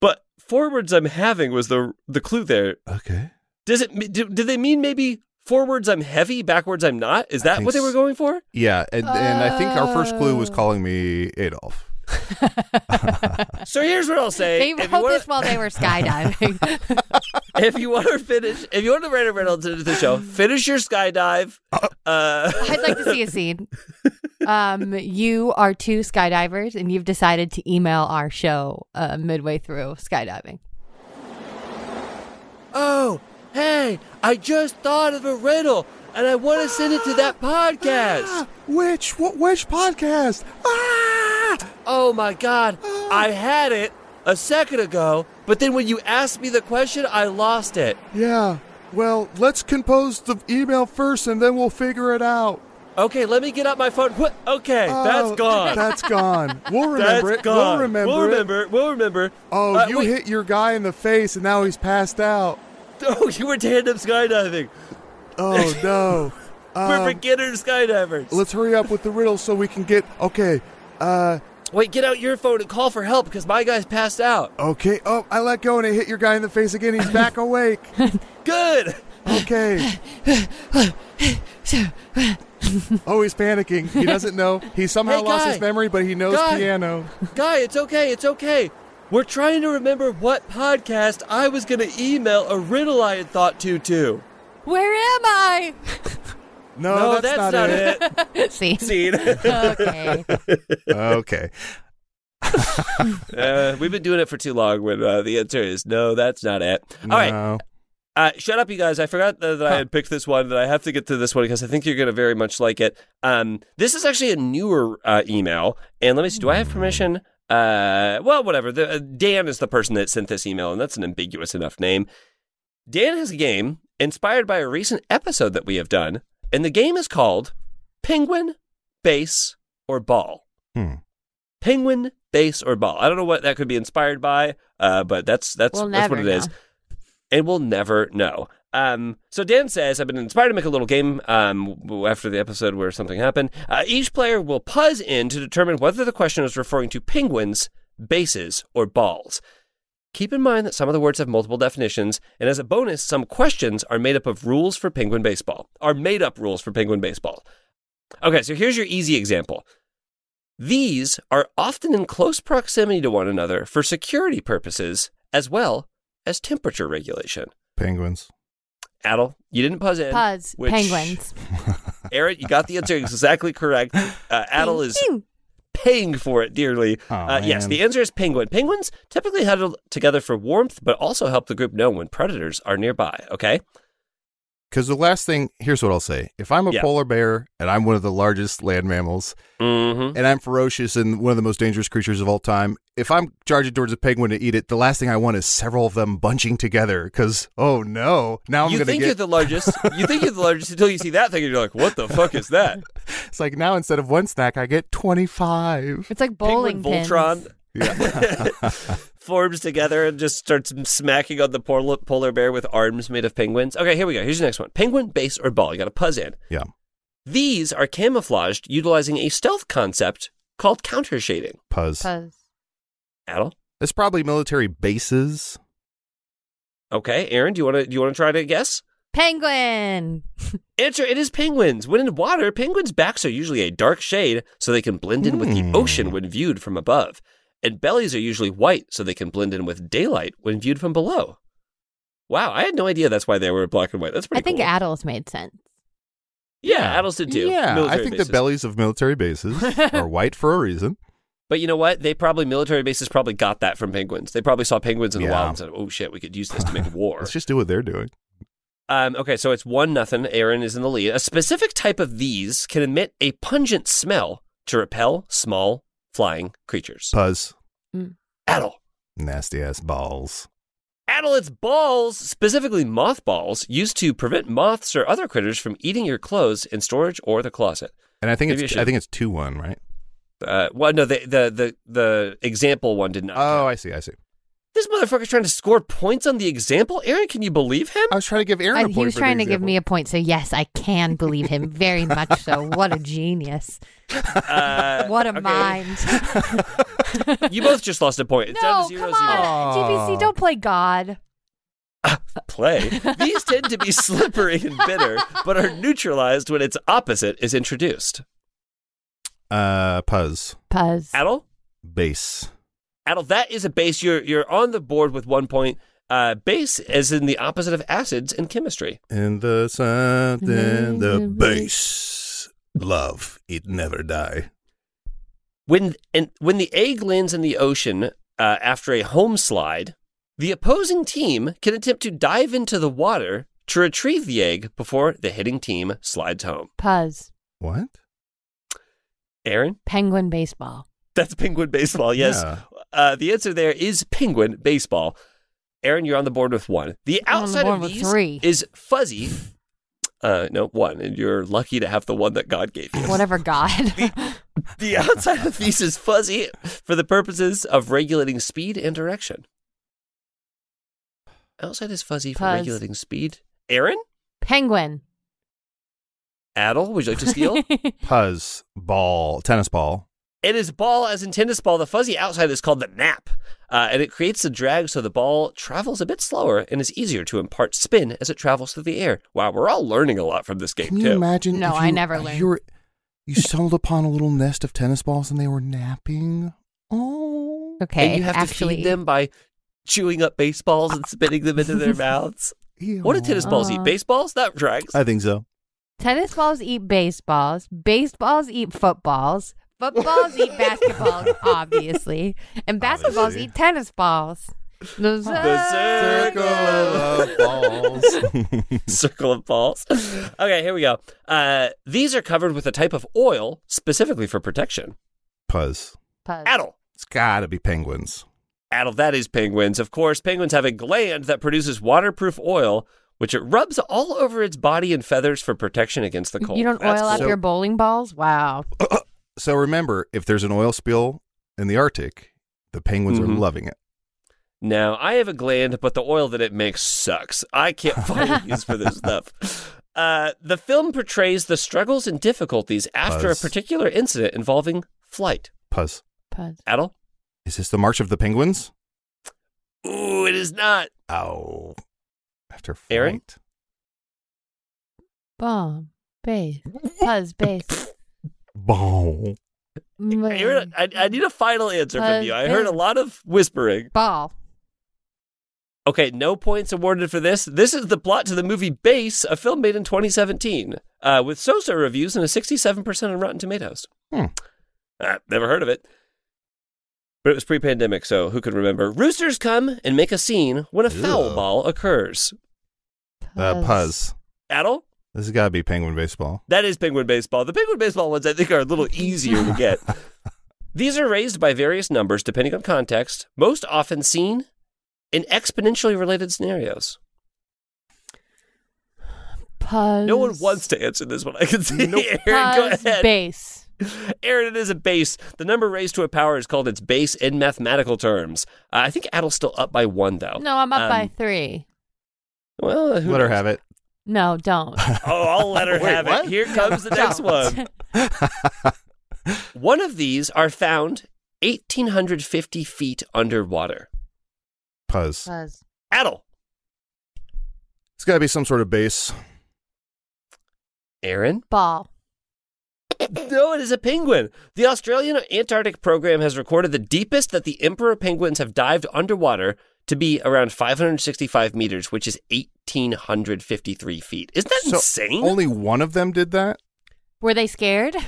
S2: But forwards I'm having was the the clue there.
S4: Okay.
S2: Does it me- do, do they mean maybe forwards I'm heavy, backwards I'm not? Is
S4: I
S2: that
S4: think
S2: what they
S4: s-
S2: were going for?
S4: Yeah, and, and I think our first clue was
S3: Oh.
S4: calling me Adolf.
S2: So here's what I'll say.
S3: they
S2: If you
S3: wrote
S2: wanna-
S3: this while they were skydiving.
S2: if you want to finish, if you want to write a riddle to the show, finish your skydive. Uh,
S3: I'd like to see a scene. Um, you are two skydivers, and you've decided to email our show uh, midway through skydiving.
S2: oh, hey, I just thought of a riddle and I want to send it to that podcast.
S4: Which what, which podcast? Ah!
S2: Oh my God, I had it a second ago, but then when you asked me the question, I lost it.
S4: Yeah. Well, let's compose the email first, and then we'll figure it out.
S2: Okay, let me get out my phone. What? Okay, that's
S4: Oh,
S2: gone.
S4: That's gone. We'll
S2: That's
S4: remember it.
S2: gone.
S4: We'll remember
S2: We'll
S4: it.
S2: remember. it. We'll remember.
S4: Oh,
S2: Uh,
S4: you
S2: wait.
S4: hit your guy in the face, and now he's passed out.
S2: Oh, you were tandem skydiving
S4: Oh no.
S2: for
S4: Um,
S2: beginner skydivers.
S4: let's hurry up with the riddle so we can get. Okay. Uh.
S2: Wait, get out your phone and call for help because my guy's passed out.
S4: Okay. Oh, I let go, and I hit your guy in the face again. He's back awake.
S2: Good.
S4: Okay. oh, he's panicking. He doesn't know. He somehow
S2: Hey,
S4: lost
S2: guy.
S4: his memory, but he knows
S2: Guy.
S4: piano.
S2: Guy, it's okay. It's okay. We're trying to remember what podcast I was going to email a riddle I had thought to to.
S3: Where am I?
S4: No,
S2: no,
S4: that's, not, it.
S3: Scene.
S2: Scene.
S3: Okay.
S4: okay.
S2: Uh, we've been doing it for too long when uh, the answer is no, that's not it. All right.
S4: No.
S2: Uh, shut up, you guys. I forgot that, that I had picked this one, that I have to get to this one because I think you're going to very much like it. Um, this is actually a newer uh, email. And let me see, do I have permission? Uh, well, whatever. The, uh, Dan is the person that sent this email, and that's an ambiguous enough name. Dan has a game inspired by a recent episode that we have done, and the game is called Penguin, Base, or Ball
S4: Hmm.
S2: penguin base or ball i don't know what that could be inspired by uh, but that's that's
S3: We'll
S2: that's what it
S3: never
S2: is
S3: know.
S2: and we'll never know um, so dan says i've been inspired to make a little game um, w- after the episode where something happened uh, each player will puzz in to determine whether the question is referring to penguins bases or balls keep in mind that some of the words have multiple definitions and as a bonus some questions are made up of rules for penguin baseball are made up rules for penguin baseball okay so here's your easy example these are often in close proximity to one another for security purposes as well as temperature regulation.
S4: Penguins.
S2: Adel, you didn't puzz in.
S3: Puzz.
S2: which-
S3: Penguins.
S2: Aaron, you got the answer exactly correct. Uh, Adel is
S3: Thank you.
S2: paying for it dearly.
S4: Aw,
S2: uh, yes,
S4: man.
S2: the answer is penguin. Penguins typically huddle together for warmth, but also help the group know when predators are nearby. Okay.
S4: Because the last thing, here's what I'll say: if I'm a
S2: Yeah.
S4: polar bear and I'm one of the largest land mammals
S2: Mm-hmm.
S4: and I'm ferocious and one of the most dangerous creatures of all time, if I'm charging towards a penguin to eat it, the last thing I want is several of them bunching together. Because oh no, now I'm
S2: you
S4: gonna
S2: think
S4: get.
S2: you're the largest. You think you're the largest until you see that thing, and you're like, "What the fuck is that?"
S4: it's like now instead of one snack, I get twenty five.
S3: It's like bowling
S2: Penguin
S3: pins.
S2: Voltron
S4: Yeah.
S2: forms together and just starts smacking on the polar, polar bear with arms made of penguins. Okay, here we go. Here's the next one: penguin, base, or ball. You got to puzz in.
S4: yeah.
S2: These are camouflaged utilizing a stealth concept called counter shading.
S4: Puzz.
S3: Puzz.
S2: Adel,
S4: It's probably military bases.
S2: okay, Aaron, do you want to do you want to try to guess?
S3: Penguin.
S2: Answer: It is penguins. When in water, penguins' backs are usually a dark shade, so they can blend in with the
S4: Hmm.
S2: ocean when viewed from above, and bellies are usually white, so they can blend in with daylight when viewed from below. Wow, I had no idea that's why they were black and white. That's pretty.
S3: I think
S2: cool.
S3: Addles made sense.
S2: yeah, Adels did too.
S4: Yeah, I
S2: military
S4: think
S2: bases.
S4: the bellies of military bases are white for a reason.
S2: But you know what? They probably military bases probably got that from penguins. They probably saw penguins in the
S4: Yeah.
S2: wild and said, "Oh shit, we could use this to make war."
S4: Let's just do what they're doing.
S2: Um, okay, so it's one nothing. Aaron is in the lead. A specific type of these can emit a pungent smell to repel small flying creatures.
S4: Puzz.
S2: Addle.
S4: Nasty ass balls.
S2: Addle, it's balls, specifically mothballs, used to prevent moths or other critters from eating your clothes in storage or the closet.
S4: And I think
S2: Maybe I
S4: it's
S2: should-
S4: I think it's two one, right?
S2: Uh, well, no, the, the the the example one did not.
S4: Oh,
S2: count.
S4: I see, I see.
S2: this motherfucker's trying to score points on the example. Aaron, can you believe him?
S4: I was trying to give Aaron. a
S3: And
S4: point
S3: he was
S4: for the
S3: trying to give
S4: example.
S3: me a point, so yes, I can believe him very much so. What a genius.
S2: Uh,
S3: What a
S2: okay.
S3: mind.
S2: You both just lost a point. It's down
S3: no,
S2: to zero,
S3: come
S2: zero.
S3: on. GPC, don't play God.
S2: play. These tend to be slippery and bitter, but are neutralized when its opposite is introduced.
S4: Uh, Puzz
S3: Puzz.
S2: Adel,
S4: base.
S2: Adel, that is a base. You're you're on the board with one point. Uh, base is in the opposite of acids in chemistry.
S4: In the sun, in the
S6: Base.
S4: love, it never die.
S2: When and when the egg lands in the ocean uh, after a home slide, the opposing team can attempt to dive into the water to retrieve the egg before the hitting team slides home.
S3: Puzz.
S4: What?
S2: Aaron,
S3: Penguin baseball.
S2: that's penguin baseball. Yes.
S4: Yeah.
S2: Uh, the answer there is penguin baseball. Aaron, you're on the board with one. The
S3: I'm on the
S2: outside
S3: board
S2: of
S3: with
S2: these
S3: three.
S2: is fuzzy. Uh, no, one, and you're lucky to have the one that God gave you.
S3: Whatever God.
S2: The outside of these is fuzzy for the purposes of regulating speed and direction. Outside is fuzzy for
S3: Puzz.
S2: regulating speed. Aaron,
S3: Penguin.
S2: Adel, would you like to steal?
S4: Puzz ball, tennis ball.
S2: It is ball as in tennis ball. The fuzzy outside is called the nap, uh, and it creates a drag so the ball travels a bit slower and is easier to impart spin as it travels through the air. Wow, we're all learning a lot from this game
S4: Can you
S2: too.
S4: imagine?
S3: No,
S4: if
S3: I
S4: you-
S3: never
S4: if
S3: learned.
S4: You, were, you stumbled upon a little nest of tennis balls and they were napping. Oh,
S3: Okay.
S2: and you have
S3: actually,
S2: to feed them by chewing up baseballs and spitting them into their mouths. What do
S4: ew.
S2: tennis balls eat?
S3: Aw.
S2: Baseballs? That drags.
S4: I think so.
S3: Tennis balls eat baseballs. Baseballs eat footballs. Footballs eat basketballs, obviously. And basketballs
S4: Obviously.
S3: eat tennis balls. The
S2: circle of circle of balls. okay, here we go. Uh, these are covered with a type of oil specifically for protection.
S4: Puzz.
S3: Puzz.
S2: Adel.
S4: It's gotta be penguins.
S2: Addle, that is penguins. Of course, penguins have a gland that produces waterproof oil, which it rubs all over its body and feathers for protection against the cold.
S3: You don't oil up
S4: cool.
S3: your bowling balls? Wow.
S4: So remember, if there's an oil spill in the Arctic, the penguins
S2: Mhm.
S4: are loving it.
S2: Now, I have a gland, but the oil that it makes sucks. I can't find a use for this stuff. Uh, the film portrays the struggles and difficulties after
S4: Buzz.
S2: a particular incident involving flight.
S4: Puzz.
S3: Puzz.
S2: Addle?
S4: Is this the March of the Penguins?
S2: Ooh, it is not.
S4: Oh. After flight.
S2: Aaron?
S3: Bomb. Base. Puzz. Base.
S4: Ball.
S2: Aaron, I, I need a final answer from
S3: Buzz.
S2: you. I heard a lot of whispering.
S3: Ball.
S2: Okay, no points awarded for this. This is the plot to the movie Base, a film made in 2017, uh, with so-so reviews and a 67% on Rotten Tomatoes.
S4: Hmm.
S2: Uh, never heard of it. But it was pre-pandemic, so who can remember? Roosters come and make a scene when a foul
S4: Ew.
S2: ball occurs.
S4: Uh, Puzz.
S2: Adel?
S4: This has got to be penguin baseball.
S2: That is penguin baseball. The penguin baseball ones, I think, are a little easier to get. These are raised by various numbers depending on context, most often seen in exponentially related scenarios.
S3: Puzz.
S2: No one wants to answer this one. I can see Aaron. Go
S3: Puzz
S2: ahead.
S3: base.
S2: Aaron, it is a base. The number raised to a power is called its base in mathematical terms. Uh, I think Adel's still up by one, though.
S3: No, I'm up
S2: Um,
S3: by three.
S2: Well, who
S4: Let her
S2: knows?
S4: have it.
S3: No, don't.
S2: Oh, I'll let her
S4: Wait,
S2: have
S4: what?
S2: it. Here comes the next one. One of these are found 1,850 feet underwater.
S4: Puzz.
S3: Puzz.
S2: Adel,
S4: It's got to be some sort of base.
S2: Aaron.
S3: Ball.
S2: No, it is a penguin. The Australian Antarctic program has recorded the deepest that the emperor penguins have dived underwater to be around 565 meters, which is 1,853 feet. Isn't that
S4: So oh.
S2: insane?
S4: only one of them did that.
S3: Were they scared?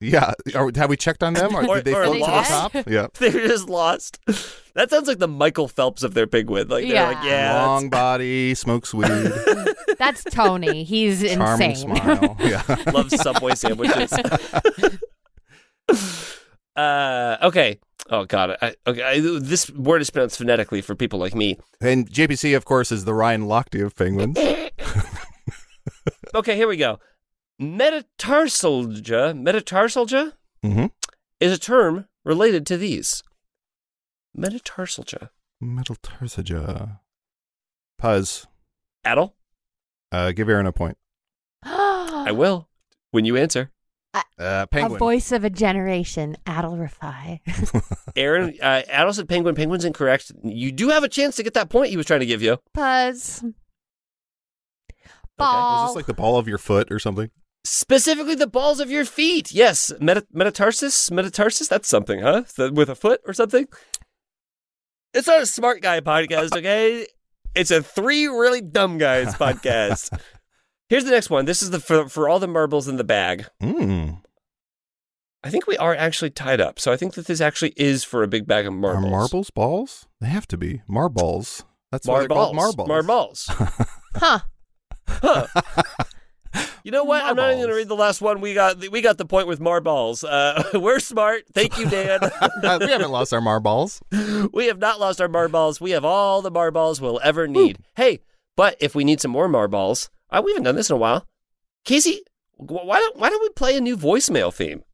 S4: Yeah. Are, have we checked on them? Or,
S2: Or-
S4: did they
S2: or
S4: float to the
S3: lost?
S4: top? Yeah.
S2: They're just lost. That sounds like the Michael Phelps of their penguin. Like they're
S3: Yeah.
S2: like, yeah, that's-
S4: Long body, smokes weed,
S3: That's Tony. He's
S4: charming
S3: insane.
S4: smile. Yeah.
S2: Love Subway sandwiches. uh, okay. Oh God. I, okay. I, this word is pronounced phonetically for people like me.
S4: And JPC, of course, is the Ryan Lochte of penguins.
S2: Okay. Here we go. Metatarsalgia. Metatarsalgia
S4: Mm-hmm.
S2: is a term related to these. Metatarsalgia.
S4: Metatarsaja. Puzz.
S2: Adel,
S4: Uh, give Aaron a point.
S3: Uh-huh.
S2: I will when you answer.
S4: Uh,
S3: A
S4: penguin.
S3: voice of a generation, Adel Rafai.
S2: Aaron, uh, Adel said penguin. Penguin's incorrect. You do have a chance to get that point he was trying to give you.
S3: Puzz.
S4: Is
S3: Ball.
S4: this like the ball of your foot or something?
S2: Specifically, the balls of your feet. Yes, meta- metatarsus, metatarsus. That's something, huh? So with a foot or something. It's not a smart guy podcast, okay? It's a three really dumb guys podcast. Here's the next one. This is the for, for all the marbles in the bag.
S4: Mm.
S2: I think we are actually tied up, so I think that this actually is for a big bag of marbles.
S4: Are marbles balls? They have to be marbles. That's why they're called marbles.
S2: Marbles.
S3: huh.
S2: Huh. You know what? I'm not even going to
S4: Marbles.
S2: read the last one. We got the, we got the point with marbles. Uh, we're smart. Thank you, Dan.
S4: we haven't lost our marbles.
S2: We have not lost our marballs. We have all the marballs we'll ever need. Hey, but if we need some more marballs, uh, we haven't done this in a while. Casey, wh- why don't why don't we play a new voicemail theme?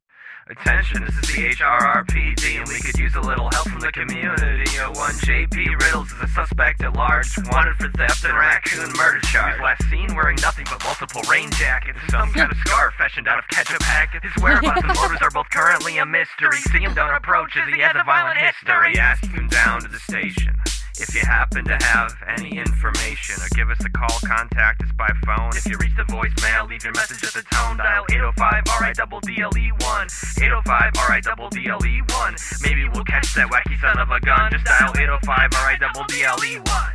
S7: Attention, this is the HRRPD, and we could use a little help from the community. Uh, One JP Riddles is a suspect at large, wanted for theft and raccoon murder charge. He was last seen wearing nothing but multiple rain jackets, some kind of scarf fashioned out of ketchup packets. His whereabouts and motives are both currently a mystery. See him don't approach as he has a violent history. Ask him down to the station. If you happen to have any information, or give us a call, contact us by phone. If you reach the voicemail, leave your message at the tone. Dial 805 RIDDLE1. 805 RIDDLE1. E Maybe we'll catch that wacky son of a gun. Just dial 805 RIDDLE1.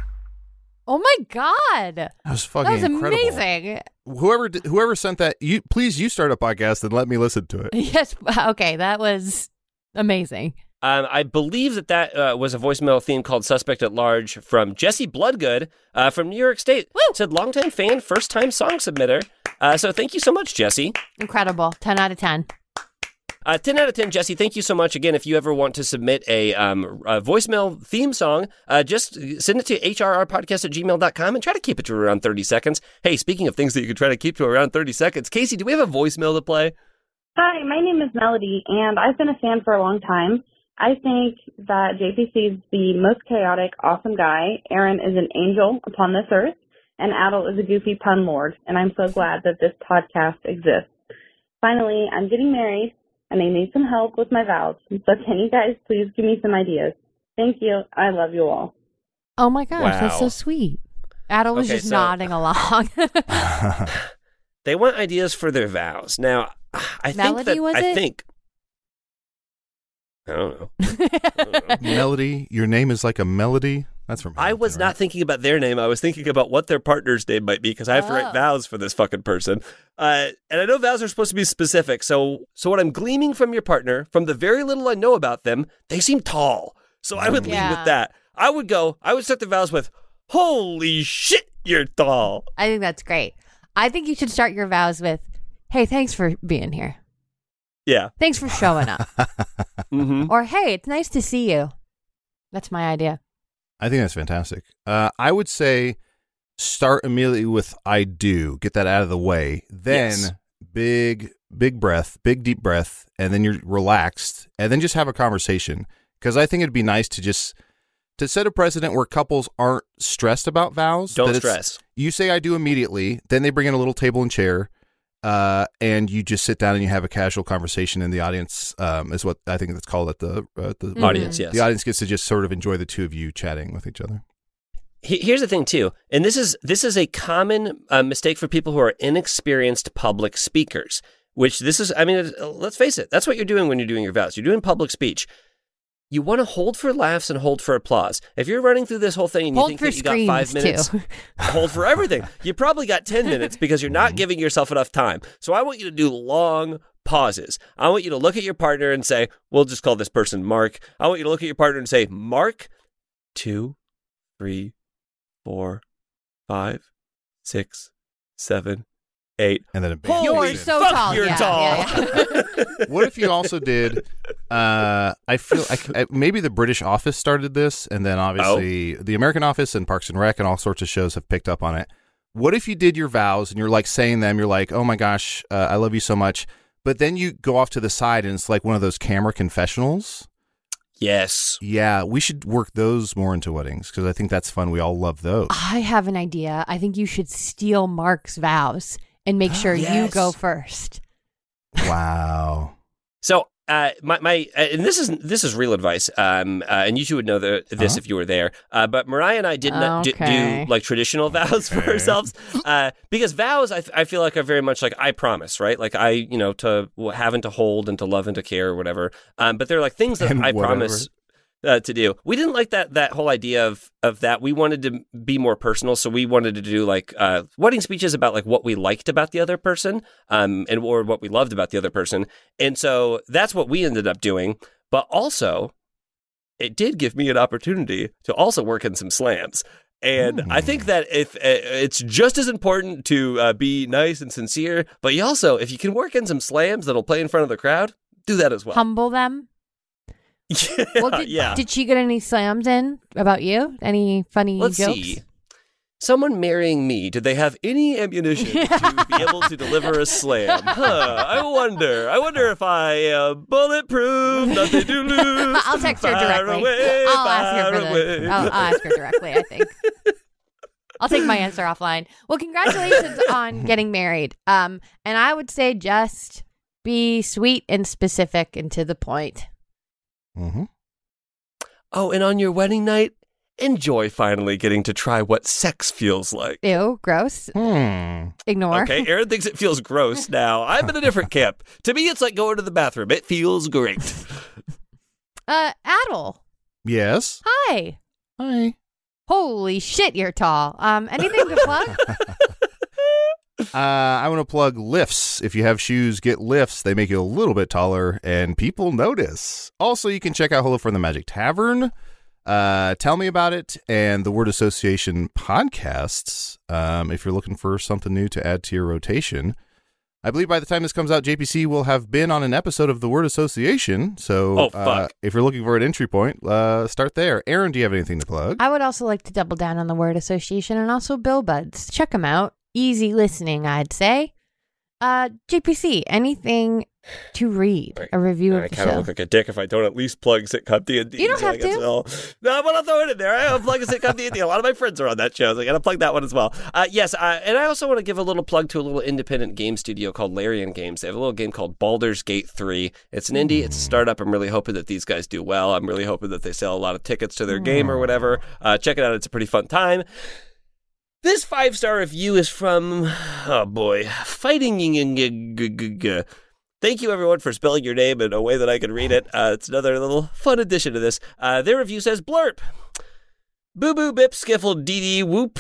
S3: Oh my God.
S4: That was
S3: That
S4: fucking
S3: was
S4: incredible.
S3: amazing.
S4: Whoever did, whoever sent that, you please you start a podcast and let me listen to it.
S3: Yes. Okay. That was amazing.
S2: Um, I believe that that uh, was a voicemail theme called "Suspect at Large" from Jesse Bloodgood uh, from New York State.
S3: Woo!
S2: Said longtime fan, first time song submitter. Uh, so thank you so much, Jesse.
S3: Incredible. 10 out of 10.
S2: Uh, 10 out of 10, Jesse. Thank you so much. Again, if you ever want to submit a, um, a voicemail theme song, uh, just send it to hrrpodcast at gmail.com and try to keep it to around 30 seconds. Hey, speaking of things that you could try to keep to around 30 seconds, Casey, do we have a voicemail to play?
S8: Hi, my name is Melody, and I've been a fan for a long time. I think that JPC is the most chaotic, awesome guy. Aaron is an angel upon this earth, and Adel is a goofy pun lord, and I'm so glad that this podcast exists. Finally, I'm getting married, and I need some help with my vows, so can you guys please give me some ideas? Thank you. I love you all.
S3: Oh my gosh. That's
S2: Wow.
S3: so sweet. Adel was
S2: Okay,
S3: just
S2: so-
S3: nodding along.
S2: They want ideas for their vows. Now, I think
S3: Melody,
S2: that,
S3: was
S2: I
S3: it?
S2: think, I don't know.
S4: melody, your name is like a melody. That's from.
S2: I was
S4: Hamilton,
S2: not thinking about their name. I was thinking about what their partner's name might be because I have to
S3: Oh.
S2: write vows for this fucking person. Uh, and I know vows are supposed to be specific. So, so what I'm gleaming from your partner, from the very little I know about them, they seem tall. So I would lead
S3: Yeah.
S2: with that. I would go. I would start the vows with, "Holy shit, you're tall."
S3: I think that's great. I think you should start your vows with, "Hey, thanks for being here.
S2: Yeah.
S3: Thanks for showing up."
S2: Mm-hmm.
S3: or, "Hey, it's nice to see you." That's my idea.
S4: I think that's fantastic. Uh, I would say start immediately with I do. Get that out of the way. Then
S2: Yes.
S4: big, big breath, big deep breath, and then you're relaxed. And then just have a conversation. Because I think it'd be nice to just to set a precedent where couples aren't stressed about vows.
S2: Don't
S4: that it's-
S2: stress.
S4: You say I do immediately, then they bring in a little table and chair. Uh, and you just sit down and you have a casual conversation in the audience. Um, is what I think that's called at the uh, the
S2: Audience, yes.
S4: The audience gets to just sort of enjoy the two of you chatting with each other.
S2: He- Here's the thing too, and this is this is a common uh, mistake for people who are inexperienced public speakers. Which this is, I mean, it- let's face it, that's what you're doing when you're doing your vows. You're doing public speech. You want to hold for laughs and hold for applause. If you're running through this whole thing and you
S3: Hold
S2: think
S3: for
S2: that you got five
S3: screams
S2: minutes,
S3: too.
S2: hold for everything. You probably got 10 minutes because you're not giving yourself enough time. So I want you to do long pauses. I want you to look at your partner and say, we'll just call this person Mark. I want you to look at your partner and say, Mark, two, three, four, five, six, seven, eight.
S4: And then a big
S2: Holy
S3: You're so
S2: fuck,
S3: tall.
S2: You're
S3: Yeah,
S2: tall.
S3: yeah,
S4: what if you also did? Uh, I feel like I, maybe the British Office started this, and then obviously
S2: Oh.
S4: the American Office and Parks and Rec and all sorts of shows have picked up on it. What if you did your vows and you're like saying them? You're like, oh my gosh, uh, I love you so much. But then you go off to the side and it's like one of those camera confessionals.
S2: Yes.
S4: Yeah, we should work those more into weddings because I think that's fun. We all love those.
S3: I have an idea. I think you should steal Mark's vows and make sure you go
S2: Yes.
S3: first.
S4: wow.
S2: So uh, my my uh, and this is this is real advice. Um, uh, and you two would know the, this
S4: Huh?
S2: if you were there. Uh, but Mariah and I did not d-
S3: Okay.
S2: do like traditional vows for
S4: Okay.
S2: ourselves uh, because vows I, f- I feel like are very much like I promise, right? Like I you know to w- have and to hold and to love and to care or whatever. Um, but they're like things that
S4: And
S2: I
S4: whatever.
S2: promise. Uh, to do, we didn't like that that whole idea of of that. We wanted to be more personal, so we wanted to do like uh, wedding speeches about like what we liked about the other person, um, and or what we loved about the other person, and so that's what we ended up doing. But also, it did give me an opportunity to also work in some slams. And
S3: Hmm.
S2: I think that if uh, it's just as important to uh, be nice and sincere, but you also, if you can work in some slams that'll play in front of the crowd, do that as well.
S3: Humble them.
S2: yeah.
S3: Well, did,
S2: yeah.
S3: did she get any slams in about you? Any funny
S2: Let's
S3: jokes?
S2: see. Someone marrying me, did they have any ammunition to be able to deliver a slam? Huh, I wonder. I wonder if I am bulletproof, nothing to lose.
S3: I'll text her
S2: fire
S3: directly.
S2: away,
S3: I'll ask her
S2: fire
S3: for
S2: away.
S3: the. oh, uh, I'll, I'll ask her directly. I think. I'll take my answer offline. Well, congratulations on getting married. Um, and I would say just be sweet and specific and to the point.
S4: hmm
S2: Oh, and on your wedding night, enjoy finally getting to try what sex feels like.
S3: Ew, gross.
S4: Hmm.
S3: Ignore.
S2: Okay, Aaron thinks it feels gross now. I'm in a different camp. To me, it's like going to the bathroom. It feels great.
S3: Uh, Adel.
S4: Yes.
S3: Hi.
S4: Hi.
S3: Holy shit, you're tall. Um, anything to plug?
S4: Uh, I want to plug lifts. If you have shoes, get lifts. They make you a little bit taller, and people notice. Also, you can check out Hello from the Magic Tavern. Uh, tell me about it and the Word Association podcasts. Um, if you're looking for something new to add to your rotation, I believe by the time this comes out, JPC will have been on an episode of the Word Association. So,
S2: Oh, fuck.
S4: uh, if you're looking for an entry point, uh, start there. Aaron, do you have anything to plug?
S3: I would also like to double down on the word association and also Bill Buds. Check them out. Easy listening, I'd say. Uh, JPC, anything to read?
S2: Right.
S3: A review
S2: I
S3: of the
S2: kind of
S3: show.
S2: look like a dick if I don't at least plug sitcom D and D.
S3: You don't have to.
S2: No, but I'll throw it in there. I plug sitcom D and D. A lot of my friends are on that show, so I got to plug that one as well. Uh, yes, uh, and I also want to give a little plug to a little independent game studio called Larian Games. They have a little game called Baldur's Gate Three. It's an indie.
S3: Hmm.
S2: It's a startup. I'm really hoping that these guys do well. I'm really hoping that they sell a lot of tickets to their game or
S3: Hmm.
S2: whatever. Uh, check it out. It's a pretty fun time. This five star review is from, oh boy, Fighting. Thank you, everyone, for spelling your name in a way that I can read it. Uh, it's another little fun addition to this. Uh, their review says Blurp. Boo boo bip skiffle dee dee whoop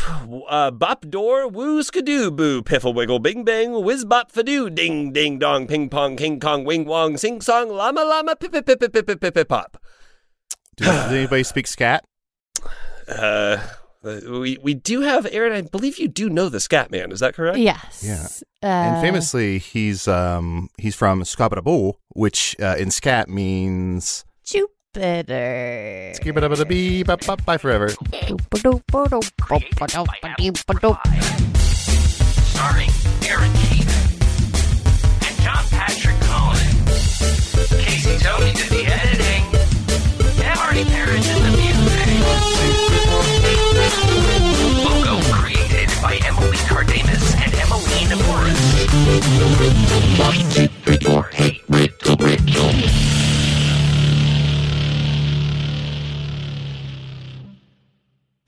S2: uh, bop door woo skidoo boo piffle wiggle bing bang whiz bop fadoo ding ding dong ping pong king kong wing wong sing song llama llama pip pip pip pip pip pip pip pop.
S4: Does, does anybody speak scat?
S2: Uh, Uh, we we do have Aaron. I believe you do know the Scat Man. Is that correct?
S3: Yes. Uh, Yeah.
S4: and famously, he's um he's from Skabarabo, which uh, in scat means
S3: Jupiter.
S4: Skibidabidabee, bop, bop, bye forever.
S7: starring Aaron Keith and John Patrick Cohen. Casey Tony did the editing, and Marty Parrish did the music. Logo created by Emily Cardamus and Emmeline Morris.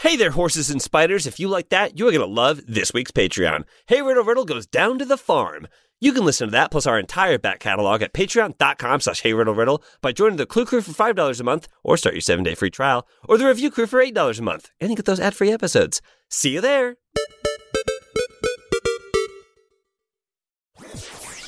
S2: Hey there, horses and spiders. If you like that, you are going to love this week's Patreon. Hey Riddle Riddle goes down to the farm. You can listen to that plus our entire back catalog at patreon.com slash hey riddle riddle by joining the Clue Crew for $5 a month or start your seven day free trial or the Review Crew for $8 a month and you get those ad free episodes. See you there.